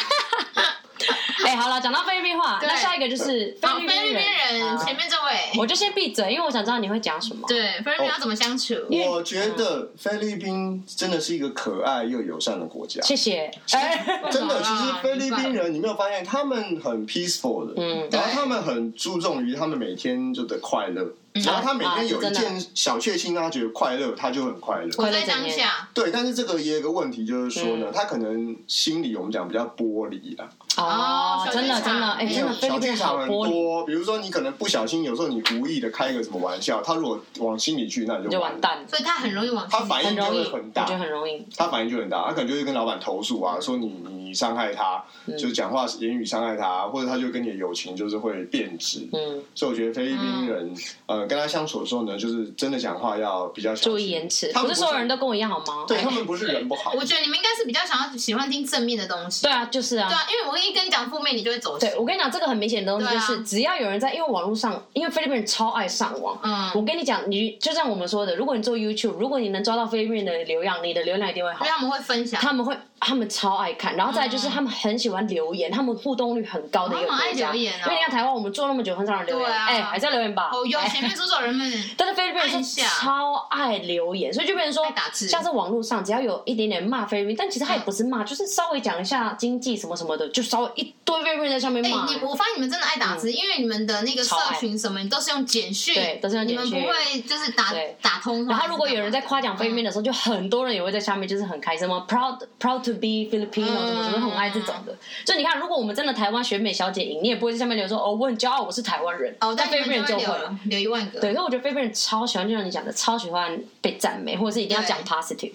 Speaker 3: 哎，好了，讲到菲律宾话，
Speaker 2: 对
Speaker 3: 那下一个就是
Speaker 2: 好，
Speaker 3: 菲
Speaker 2: 菲
Speaker 3: 律
Speaker 2: 律宾
Speaker 3: 宾
Speaker 2: 人
Speaker 4: 嗯
Speaker 3: 人，啊
Speaker 2: 前面这位，
Speaker 3: 我就先闭嘴，因为我想知道你会讲什么。
Speaker 2: 对，菲律宾要怎么相处？
Speaker 3: 为
Speaker 4: 我觉得菲律宾真的是一个可爱又友善的国家。
Speaker 3: 谢 谢。哎，
Speaker 4: 真的，
Speaker 2: 干
Speaker 4: 其
Speaker 2: 嘛
Speaker 4: 实
Speaker 2: 啦
Speaker 4: 菲律宾人，你没有发现他们很 peaceful 的，
Speaker 3: 嗯
Speaker 4: 然后
Speaker 2: 对
Speaker 4: 他们很注重于他们每天就的快乐，然后他每
Speaker 3: 啊
Speaker 4: 天有
Speaker 3: 是真
Speaker 4: 一
Speaker 3: 的
Speaker 4: 件小确幸，让他觉得快乐，他就很快乐。
Speaker 2: 活在当下，
Speaker 4: 对，但是这个也有个问题，就是说呢
Speaker 3: 嗯，
Speaker 4: 他可能心里我们讲比较玻璃啊，
Speaker 3: 哦，真的真的，哎，真的菲律
Speaker 4: 小
Speaker 3: 宾
Speaker 4: 剧
Speaker 3: 人
Speaker 4: 场
Speaker 3: 好
Speaker 4: 很
Speaker 3: 玻璃，
Speaker 4: 多，比如说你可能不小心，有时候你无意的开个什么玩笑，他如果往心里去，那你
Speaker 3: 就
Speaker 4: 就
Speaker 3: 完。蛋了，
Speaker 2: 所以他很容易往心
Speaker 4: 他
Speaker 2: 里
Speaker 4: 反
Speaker 3: 很
Speaker 4: 应就
Speaker 3: 容易，
Speaker 4: 会
Speaker 3: 我
Speaker 4: 很大
Speaker 3: 觉，得很容易。
Speaker 4: 他反应就很大，他可能就会跟老板投诉啊，说你你伤害他，
Speaker 3: 嗯
Speaker 4: 就是讲话言语伤害他，或者他就跟你的友情就是会变质。
Speaker 3: 嗯，
Speaker 4: 所以我觉得菲律宾人，呃，跟他相处的时候呢，就是真的讲话要比较小心
Speaker 3: 注意言辞，
Speaker 4: 他
Speaker 3: 不
Speaker 4: 们
Speaker 3: 是所有人都跟我一样好吗？哎
Speaker 4: 对他们不是人不好，
Speaker 2: 我觉得你们应该是比较想要喜欢听正面的东西，
Speaker 3: 对啊，就是啊
Speaker 2: 对。啊，因为我一跟你讲负面，你就会走心
Speaker 3: 对，。我跟你讲，这个很明显的东西
Speaker 2: 对
Speaker 3: 就
Speaker 2: 啊
Speaker 3: 是，只要有人在，因为网络上，因为菲律宾人超爱上网。
Speaker 2: 嗯
Speaker 3: 我跟你讲，你就像我们说的，如果你做 YouTube，如果你能抓到菲律宾人的流量，你的流量一定会好
Speaker 2: 因为。他们会分享，
Speaker 3: 他们会，他们超爱看，然后再来就是他们很喜欢留言，他们互动率很高的一个
Speaker 2: 他
Speaker 3: 国
Speaker 2: 们
Speaker 3: 家。
Speaker 2: 爱留言哦
Speaker 3: 因为你看台湾，我们做那么久，很少人留言，
Speaker 2: 对啊
Speaker 3: 哎、还在留言吧？哎
Speaker 2: 哦哟，前面出走 人们，
Speaker 3: 但是菲律宾
Speaker 2: 按
Speaker 3: 人
Speaker 2: 一
Speaker 3: 是
Speaker 2: 下
Speaker 3: 超爱留言，所以就变成说
Speaker 2: 爱打，字嗯
Speaker 3: 像是网络上只要有一点点骂菲律宾，但其实他也不是骂，就是稍微讲一下经济什么什么的，就稍微一堆菲律宾人在上面
Speaker 2: 哎、
Speaker 3: 骂、
Speaker 2: 你我发现你们真的爱打字，因为你们的那个社群什么，你都是用简讯，
Speaker 3: 嗯对都是用简讯
Speaker 2: 你们不会就是打
Speaker 3: 对
Speaker 2: 打通。
Speaker 3: 然后如果有人在夸奖菲律宾的时候，就很多人也会在下面就是很开心嘛，proud proud to be Filipino
Speaker 2: 嗯
Speaker 3: 什么什么，很爱这种的。就你看，如果我们真的台湾选美小姐赢，你也不会在下面留说哦，我很骄傲我是台湾人。
Speaker 2: 哦，
Speaker 3: 但
Speaker 2: 但
Speaker 3: 菲律
Speaker 2: 你
Speaker 3: 宾人
Speaker 2: 们
Speaker 3: 就
Speaker 2: 就
Speaker 3: 会
Speaker 2: 会。留留一万个，
Speaker 3: 对，所以我觉得菲律宾人超喜欢，就像你讲的，超喜欢被赞美，或者是一定要讲 positive。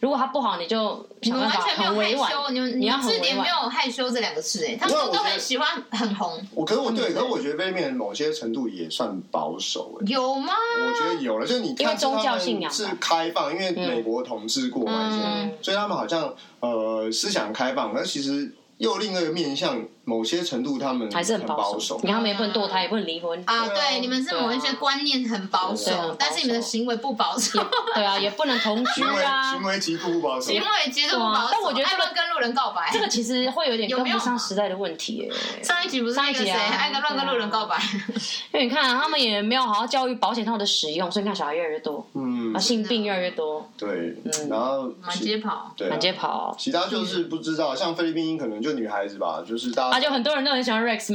Speaker 3: 如果他不好，你就
Speaker 2: 你
Speaker 3: 想
Speaker 2: 们
Speaker 3: 办
Speaker 2: 完
Speaker 3: 法
Speaker 2: 全没
Speaker 3: 很
Speaker 2: 有
Speaker 3: 委
Speaker 2: 害
Speaker 3: 婉
Speaker 2: 羞，，你们
Speaker 3: 你要
Speaker 2: 们
Speaker 3: 很
Speaker 2: 字
Speaker 3: 委
Speaker 2: 典没
Speaker 3: 婉。
Speaker 2: 有害羞这两个字，哎，他们
Speaker 4: 不然我
Speaker 2: 都
Speaker 4: 觉得
Speaker 2: 很喜欢很红，
Speaker 4: 我可是我对，可是我觉得菲律宾人某些程度也算保守、欸，
Speaker 2: 有吗？
Speaker 4: 我觉得有了，就是你
Speaker 3: 因为
Speaker 4: 看
Speaker 3: 宗教信
Speaker 4: 他
Speaker 3: 仰
Speaker 4: 们是
Speaker 3: 吧
Speaker 4: 开放，因为美国统治过嘛以前，
Speaker 3: 嗯
Speaker 4: 所以他们好像呃思想开放，但其实又另外一个面向，某些程度他们
Speaker 3: 还是
Speaker 4: 很
Speaker 3: 很保守
Speaker 4: 守。。
Speaker 3: 你看，他们也不能堕胎，也不能离婚，
Speaker 2: 啊，
Speaker 4: 对啊
Speaker 2: 对，你们是某一些观念很保
Speaker 3: 对啊很保
Speaker 2: 守
Speaker 3: 守，
Speaker 2: 但是你们的行为不保守，
Speaker 3: 对啊，也不能同居
Speaker 4: 行为
Speaker 3: 啊
Speaker 4: 行。为极度不保守
Speaker 2: 行，为其实不保
Speaker 3: 对
Speaker 2: 守
Speaker 3: 啊。但我觉得这
Speaker 2: 爱
Speaker 3: 个
Speaker 2: 乱跟路人告白，
Speaker 3: 这个其实会有点跟不上时代的问题耶、
Speaker 2: 上一集不是那
Speaker 3: 上一
Speaker 2: 个
Speaker 3: 集
Speaker 2: 谁
Speaker 3: 啊
Speaker 2: 爱跟乱跟路人告白，
Speaker 3: 因为你看、啊、他们也没有好好教育保险套的使用，所以你看小孩越来越多，
Speaker 4: 嗯
Speaker 3: 啊，，嗯性病越来越多，
Speaker 4: 对，然后
Speaker 2: 满
Speaker 4: 其
Speaker 2: 街跑。
Speaker 4: 对啊
Speaker 3: 满街跑。
Speaker 4: 其他就是不知道，像菲律宾可能就女孩子吧，就是大家
Speaker 3: 嗯啊，就很多人都很喜欢 Rex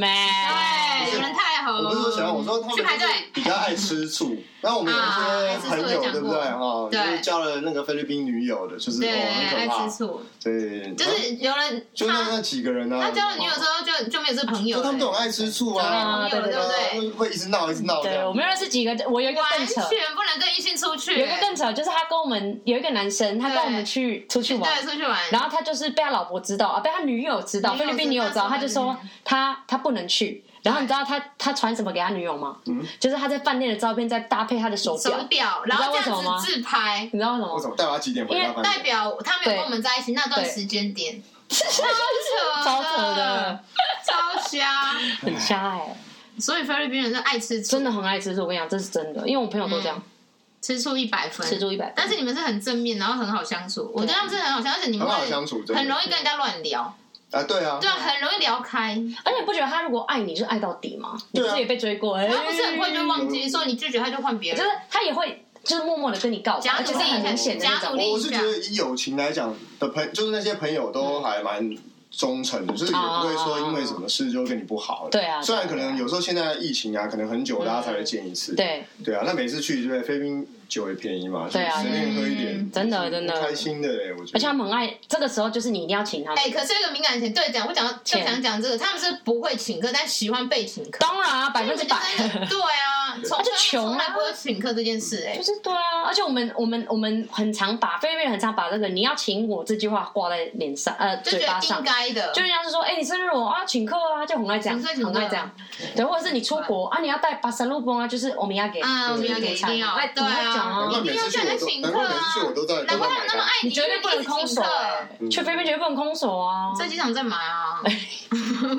Speaker 2: 对，有
Speaker 3: man，
Speaker 2: 人太好
Speaker 4: 我
Speaker 2: 了。
Speaker 4: 不是说喜
Speaker 3: 嗯
Speaker 4: 欢，我说他们
Speaker 2: 去排队
Speaker 4: 比较爱 吃醋。然后我们有
Speaker 3: 啊
Speaker 4: 一些朋友，对不对？哈，就是交了那个菲律宾女友的，就是
Speaker 2: 对，
Speaker 4: 哦
Speaker 2: 爱
Speaker 4: 很可怕
Speaker 2: 吃。醋，
Speaker 4: 对，
Speaker 2: 就是有人
Speaker 4: 就那
Speaker 2: 他
Speaker 4: 那几个人啊，
Speaker 2: 他交了女友之后就就没有这个朋友
Speaker 4: 就
Speaker 2: 了，
Speaker 4: 他们都很爱吃醋啊，
Speaker 3: 对啊对对
Speaker 2: 对
Speaker 4: 会会一直闹一直闹这
Speaker 3: 对，我
Speaker 4: 样。
Speaker 3: 们认识几个，我有一个
Speaker 2: 完
Speaker 3: 更扯，
Speaker 2: 全不能跟异性出去，欸
Speaker 3: 有一个更扯，就是他跟我们有一个男生，他跟
Speaker 2: 对
Speaker 3: 我们去出去玩，
Speaker 2: 对出去玩，
Speaker 3: 然后他就是被他老婆知道啊，被他女友知道，
Speaker 2: 女友
Speaker 3: 菲律宾女友知道，
Speaker 2: 知道
Speaker 3: 他就
Speaker 2: 菲律
Speaker 3: 说
Speaker 2: 宾
Speaker 3: 他他不能去。然后你知道他他传什么给他女友吗？就是他在饭店的照片，再搭配他的手表
Speaker 2: 手。表，
Speaker 3: 你
Speaker 2: 然
Speaker 3: 知道
Speaker 2: 后
Speaker 3: 为
Speaker 2: 这
Speaker 3: 什么吗
Speaker 2: 样子自拍，
Speaker 3: 你知道为什么
Speaker 4: 我
Speaker 3: 吗？
Speaker 4: 怎么带他几点回
Speaker 3: 因
Speaker 4: 家
Speaker 3: 为
Speaker 4: 饭店？
Speaker 2: 代表他没有跟我们在一起那段时间点，超
Speaker 3: 超扯的，，
Speaker 2: 超瞎。
Speaker 3: 很瞎哎、
Speaker 2: 所以菲律宾人是爱吃醋，
Speaker 3: 真的很爱吃醋。我跟你讲，这是真的，因为我朋友都这样，
Speaker 2: 吃醋一百分，
Speaker 3: 吃醋一百分
Speaker 2: 嗯但是你们是很正面，然后很好相处，我觉得他们是很好相处，而且你们
Speaker 4: 很好
Speaker 2: 会
Speaker 4: 相处真的
Speaker 2: 很容易跟人家乱聊，
Speaker 4: 啊，对啊，
Speaker 2: 对，很容易聊开。
Speaker 3: 而且你不觉得他如果爱你，就是爱到底吗？你
Speaker 4: 对啊
Speaker 3: 不是也被追过？哎
Speaker 2: 他不是很快就忘记，所以你拒绝他就换别
Speaker 3: 就
Speaker 2: 人
Speaker 3: 是。他也会就是默默的跟你告白，
Speaker 2: 假
Speaker 3: 而
Speaker 2: 努力
Speaker 3: 且是很明显的那
Speaker 2: 假努
Speaker 3: 种
Speaker 2: 力。
Speaker 4: 我我是觉得以友情来讲的朋，就是那些朋友
Speaker 3: 嗯
Speaker 4: 都还蛮忠诚的，就是也不会说因为什么事就跟你不好了。
Speaker 3: 对啊嗯
Speaker 4: 虽然可能有时候现在疫情啊，可能很久大家才会见一次。
Speaker 3: 对，
Speaker 4: 对啊，那每次去对菲律宾酒也便宜嘛，
Speaker 3: 对啊
Speaker 4: 就随便喝一点，
Speaker 2: 嗯
Speaker 3: 真的真的
Speaker 4: 开心的哎，我觉
Speaker 3: 而且他
Speaker 4: 得。
Speaker 3: 们很爱，这个时候就是你一定要请他们。
Speaker 2: 哎、可是有一个敏感点，对，讲我讲就
Speaker 3: 钱
Speaker 2: 想讲这个，他们是不会请客，但喜欢被请客，
Speaker 3: 当然啊，百分之百。
Speaker 2: 就是对啊，从
Speaker 3: 他就穷啊
Speaker 2: 从来不会请客这件事、哎
Speaker 3: 就，是对啊，而且我们我们我们很常把菲律宾人很常把这个你要请我这句话挂在脸上呃
Speaker 2: 就
Speaker 3: 嘴
Speaker 2: 觉
Speaker 3: 巴
Speaker 2: 得应
Speaker 3: 上，
Speaker 2: 该的，
Speaker 3: 就像是说哎、你生日我啊请客啊，就很爱这样，
Speaker 2: 请客请客
Speaker 3: 很爱这样，对，或者是你出国啊你要带巴塞路崩啊，就是我们要给
Speaker 2: 啊，我们要给一定要，
Speaker 3: 哎
Speaker 2: 对
Speaker 3: 很会讲
Speaker 2: 啊，
Speaker 3: 啊
Speaker 2: 一定要叫人家请
Speaker 4: 难
Speaker 2: 客
Speaker 4: 怪每次去
Speaker 2: 啊
Speaker 4: 我都，在
Speaker 2: 难怪他们那么爱
Speaker 3: 你
Speaker 2: 你
Speaker 3: 绝对不能空手、哎
Speaker 2: 哎，
Speaker 4: 嗯
Speaker 3: 去菲律宾绝对不能空手啊，
Speaker 2: 在机场再 买啊，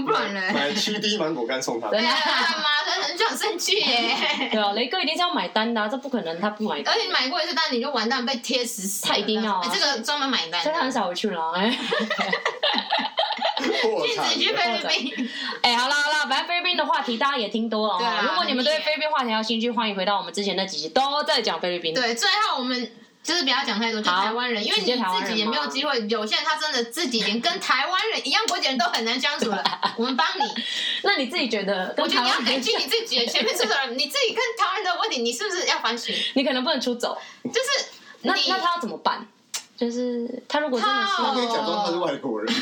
Speaker 2: 不然嘞。
Speaker 4: 买七滴芒果干送他。
Speaker 3: 对
Speaker 2: 哎呀妈的，很想生气耶！
Speaker 3: 对啊，雷哥一定是要买单的、啊，这不可能他不买单
Speaker 2: 而，且你买过一次单，你就完蛋，被贴死死的。
Speaker 3: 他一定要啊
Speaker 2: 哎这个专门买单的，
Speaker 3: 所以他很少回去了、哎。
Speaker 4: 破
Speaker 2: 禁
Speaker 4: 产
Speaker 2: 止去菲律宾。
Speaker 3: 哎、好啦好啦，反正菲律宾的话题大家也听多了、哦。
Speaker 2: 对啊
Speaker 3: 如果你们对
Speaker 2: 很厉害
Speaker 3: 菲律宾话题还有兴趣，欢迎回到我们之前那几集都在讲菲律宾。
Speaker 2: 对，最后我们就是不要讲太多，就
Speaker 3: 好
Speaker 2: 台湾人，因为
Speaker 3: 直
Speaker 2: 你
Speaker 3: 接台湾人
Speaker 2: 自己也没有机会。有些人他真的自己连跟台湾人一样国籍人都很难相 处了，我们帮你。
Speaker 3: 那你自己觉得
Speaker 2: 我
Speaker 3: 跟
Speaker 2: 觉
Speaker 3: 台
Speaker 2: 得你要
Speaker 3: 湾
Speaker 2: 改
Speaker 3: 人
Speaker 2: 进你自己，前面是不是你自己跟台湾人的问题，你是不是要反省？
Speaker 3: 你可能不能出走，
Speaker 2: 就是
Speaker 3: 那
Speaker 2: 你
Speaker 3: 那他要怎么办？就是他如果真的是
Speaker 4: 他可以假装他是
Speaker 3: 哦、
Speaker 4: 外国人，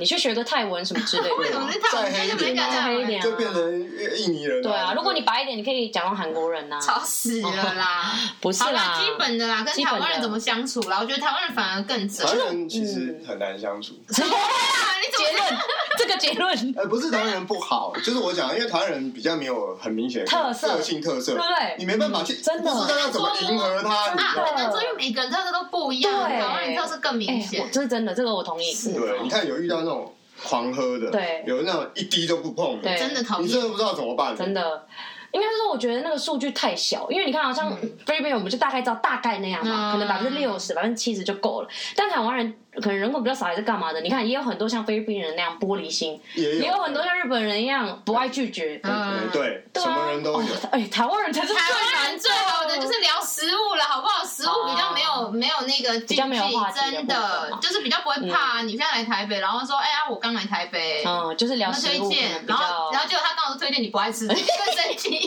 Speaker 3: 你去学个泰文什么之类
Speaker 2: 为什
Speaker 3: 的。
Speaker 2: 么是台湾人就没讲
Speaker 4: 再
Speaker 3: 黑
Speaker 2: 台
Speaker 3: 一
Speaker 2: 湾
Speaker 3: 点啊
Speaker 2: 人？
Speaker 4: 就变成印尼人。
Speaker 3: 对啊，如果你白一点，你可以假装韩国人呐、
Speaker 2: 吵死了啦！
Speaker 3: 不 是
Speaker 2: 好
Speaker 3: 啦，
Speaker 2: 啦，基本的啦，跟
Speaker 3: 基本
Speaker 2: 台
Speaker 3: 的
Speaker 2: 湾人怎么相处啦？我觉得台湾人反而更
Speaker 4: 台
Speaker 2: 准。
Speaker 4: 湾人其实很难相
Speaker 3: 嗯
Speaker 4: 处。
Speaker 2: 啊你怎
Speaker 3: 哎结
Speaker 2: 么
Speaker 3: 论，这个结论
Speaker 4: 呃，不是台湾人不好，就是我讲，因为台湾人比较没有很明显的
Speaker 3: 特色
Speaker 4: 个性特色，
Speaker 3: 对不对
Speaker 4: 你没办法去，
Speaker 3: 嗯真的
Speaker 4: 不知道要怎么迎合他，你知道
Speaker 2: 啊？
Speaker 4: 吗？
Speaker 2: 可能是因为每个人特色都不一样，
Speaker 3: 对
Speaker 2: 台湾人特色更明
Speaker 3: 哎、
Speaker 2: 显啊
Speaker 3: 我。这是真的，这个我同意。嗯
Speaker 4: 对，你看有遇到那种狂喝的，
Speaker 3: 对
Speaker 4: 有那种一滴都不碰的，
Speaker 3: 对
Speaker 2: 真的讨
Speaker 4: 你
Speaker 2: 厌
Speaker 4: 真。的不知道怎么办。
Speaker 3: 真的。应该是说，我觉得那个数据太小，因为你看，好像菲律宾我们就大概知道大概那样嘛，
Speaker 2: 嗯
Speaker 3: 可能百分之六十、百分之七十就够了。但台湾人可能人口比较少，还是干嘛的？你看，也有很多像菲律宾人那样玻璃心，
Speaker 4: 也有
Speaker 3: 也有很多像日本人一样不爱拒绝。
Speaker 2: 嗯，
Speaker 4: 对，
Speaker 3: 对啊
Speaker 4: 什么人都有。
Speaker 3: 哦哎、台湾人才是最
Speaker 2: 台湾
Speaker 3: 难
Speaker 2: 人最好的就是聊食物了，好不好？食物比较没有、
Speaker 3: 哦
Speaker 2: 没有那个
Speaker 3: 比
Speaker 2: 禁忌
Speaker 3: 较没有话，题的
Speaker 2: 真
Speaker 3: 部分嘛
Speaker 2: 的就是比较不会怕、你现在来台北，然后说，哎呀，我刚来台北。
Speaker 3: 嗯，就是聊
Speaker 2: 他
Speaker 3: 食
Speaker 2: 推
Speaker 3: 物可能
Speaker 2: 荐，
Speaker 3: 比
Speaker 2: 然
Speaker 3: 较
Speaker 2: 后，然后结果他刚好推荐你不 爱吃，更生气。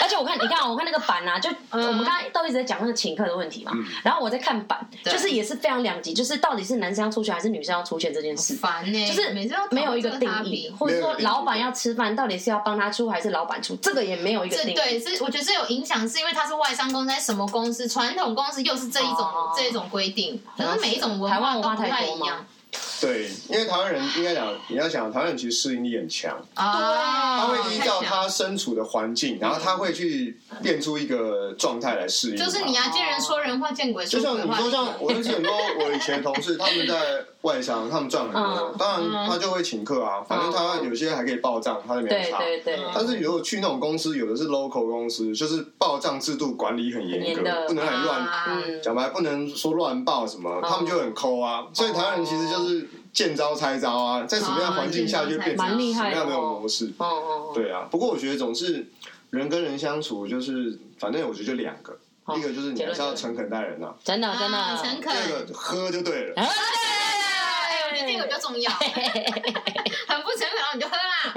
Speaker 3: 而且我看，你看，我看那个版啊，就我
Speaker 2: 嗯
Speaker 3: 们刚才都一直在讲那个请客的问题
Speaker 4: 嗯
Speaker 3: 嘛，然后我在看版，
Speaker 2: 对
Speaker 3: 就是也是非常两极，就是到底是男生要出钱还是女生要出钱这件事。
Speaker 2: 烦呢、
Speaker 3: 就是
Speaker 2: 每次都
Speaker 3: 没有一个定义，或者
Speaker 4: 没有
Speaker 3: 说
Speaker 4: 一个定义
Speaker 3: 老板要吃饭，到底是要帮他出还是老板出，这个也没有一个
Speaker 2: 这
Speaker 3: 定义。
Speaker 2: 对是，我觉得是有影响，是因为他是外商公司，还是什么公司？传统公司又是这一种、
Speaker 3: 哦
Speaker 2: 这一种规定，可
Speaker 3: 像
Speaker 2: 是每一种文
Speaker 3: 台湾
Speaker 2: 化
Speaker 3: 文
Speaker 2: 都
Speaker 3: 化
Speaker 2: 不太
Speaker 3: 太多
Speaker 2: 一
Speaker 3: 嘛
Speaker 2: 样
Speaker 4: 对，因为台湾人应该讲，你要想台湾人其实适应力很强，
Speaker 2: 啊
Speaker 4: 他会依照
Speaker 3: 哦
Speaker 2: 太强
Speaker 4: 他身处的环境，然后他会去变出一个状态来适应它。
Speaker 2: 就是你要见人说人话，见鬼
Speaker 4: 就
Speaker 2: 说
Speaker 4: 像
Speaker 2: 鬼
Speaker 4: 你
Speaker 2: 话。
Speaker 4: 说，像我认识很多我以前同事，他们在外商，他们赚很多
Speaker 3: 嗯，
Speaker 4: 当然他就会请客啊，反正他有些还可以报账，他就没
Speaker 3: 对
Speaker 4: 有差。
Speaker 3: 对对，
Speaker 2: 嗯
Speaker 4: 但是如果去那种公司，有的是 local 公司，就是报账制度管理很严
Speaker 3: 很严的
Speaker 4: 格，不能很乱。
Speaker 2: 啊
Speaker 3: 嗯，
Speaker 4: 讲白，不能说乱报什么，他们就很抠啊。所以台湾人其实就是见招拆招啊，在什么样的环境下就变成
Speaker 3: 蛮
Speaker 4: 什
Speaker 3: 厉
Speaker 4: 么
Speaker 3: 害的
Speaker 4: 样的
Speaker 3: 哦
Speaker 4: 模式。
Speaker 3: 哦哦，
Speaker 4: 对啊，不过我觉得总是人跟人相处，就是反正我觉得就两个，
Speaker 3: 哦
Speaker 4: 一个就是你还是要诚恳待人啊，
Speaker 3: 真的真
Speaker 2: 啊，诚
Speaker 3: 的，
Speaker 4: 第
Speaker 2: 恳。
Speaker 4: 二个喝就对了。
Speaker 3: 啊
Speaker 2: 哎，我觉得这个比较 重要，很不诚恳，然后你就 喝啦。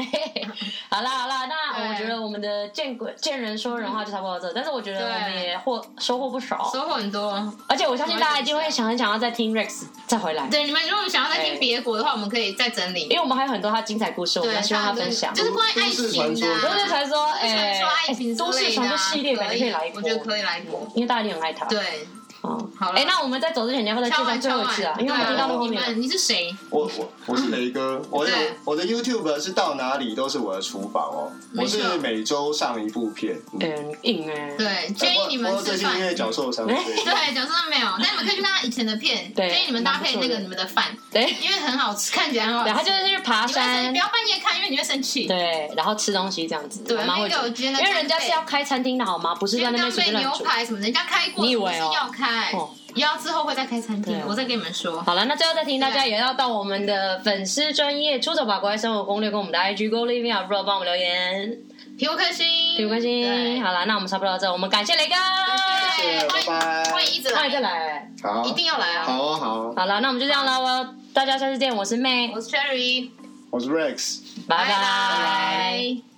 Speaker 3: 好啦好啦，那
Speaker 2: 对
Speaker 3: 我觉得我们的见鬼见人说人话就差不多到这，但是我觉得我们
Speaker 2: 对
Speaker 3: 也获收获不少，
Speaker 2: 收获很多。
Speaker 3: 而且我相信大家一定会想很想要再听 Rex 再回来，
Speaker 2: 对，你们如果想要
Speaker 4: 哎
Speaker 2: 再听别国的话，我们可以再整理
Speaker 3: 因。为我们还有很多他精彩故事，我们
Speaker 2: 对，
Speaker 3: 要希望他分享。
Speaker 2: 就是关于爱情的、
Speaker 3: 都市
Speaker 2: 啊，
Speaker 3: 传说，哎
Speaker 2: 传，说爱情之
Speaker 3: 都市
Speaker 2: 类的
Speaker 3: 传
Speaker 2: 啊
Speaker 3: 说系列感觉可以来一波，
Speaker 2: 我觉得可以来一波。
Speaker 3: 因为大家一定很爱他。，
Speaker 2: 对，
Speaker 3: 嗯，
Speaker 2: 好了
Speaker 3: 哎，那我们在走之前，你要不要再
Speaker 2: 敲
Speaker 3: 介绍
Speaker 2: 完
Speaker 3: 最
Speaker 2: 敲
Speaker 3: 后一
Speaker 2: 完，
Speaker 3: 次
Speaker 2: 对
Speaker 3: 啊
Speaker 2: 啊，？
Speaker 3: 因为我们听到到后
Speaker 2: 你
Speaker 3: 面，
Speaker 2: 们你是谁？
Speaker 4: 我我我是雷哥， 我有
Speaker 2: 对
Speaker 4: 我的 YouTube 是到哪里都是我的厨房哦，
Speaker 2: 没
Speaker 4: 我
Speaker 2: 错
Speaker 4: 是每周上一部片。嗯
Speaker 3: 嗯，硬哎，
Speaker 2: 对，建议你
Speaker 4: 不
Speaker 2: 们
Speaker 4: 过最
Speaker 2: 吃
Speaker 4: 近
Speaker 2: 饭
Speaker 4: 因。为脚受伤，
Speaker 3: 哎
Speaker 4: 所以
Speaker 2: 对，讲真的没有，但你们可以去看他以前的片，
Speaker 3: 对
Speaker 2: 建议你们搭配那个你们的饭，
Speaker 3: 对，
Speaker 2: 因为很好吃，看起来很好
Speaker 3: 对，
Speaker 2: 吃。
Speaker 3: 他就是去爬
Speaker 2: 你们
Speaker 3: 山
Speaker 2: 不，要半夜看，因为你会生气。
Speaker 3: 对，然后吃东西这样子，
Speaker 2: 对，
Speaker 3: 我妈
Speaker 2: 那
Speaker 3: 会觉
Speaker 2: 个
Speaker 3: 得
Speaker 2: 我今天
Speaker 3: 因为人家是要开餐厅的好吗？不是在那边
Speaker 2: 当
Speaker 3: 随
Speaker 2: 被
Speaker 3: 便
Speaker 2: 牛
Speaker 3: 乱煮。
Speaker 2: 排什么的，人家开过，
Speaker 3: 你以为哦
Speaker 2: 不是要开
Speaker 3: 哦，
Speaker 2: 要之后会再开餐
Speaker 3: 对
Speaker 2: 厅
Speaker 3: 啊，
Speaker 2: 我再跟你们说。
Speaker 3: 好了，那最后再提醒大家，也要到我们的粉丝专业出走吧国外生活攻略跟我们的 IG Go Living 啊 Up，帮我们留言，
Speaker 2: 皮肤克星，
Speaker 3: 对不关
Speaker 2: 对
Speaker 3: 心。好了，那我们差不多到这，我们感谢雷哥，
Speaker 4: 谢谢，拜拜。
Speaker 2: 欢迎一直
Speaker 3: 欢迎
Speaker 2: 来，
Speaker 3: 再来。
Speaker 4: 好，
Speaker 2: 一定要来啊！
Speaker 4: 好啊，好啊，
Speaker 3: 好了，那我们就这样了，我大家下次见，我是妹，
Speaker 2: 我是 Cherry，
Speaker 4: 我是 Rex。
Speaker 3: 拜
Speaker 2: 拜拜。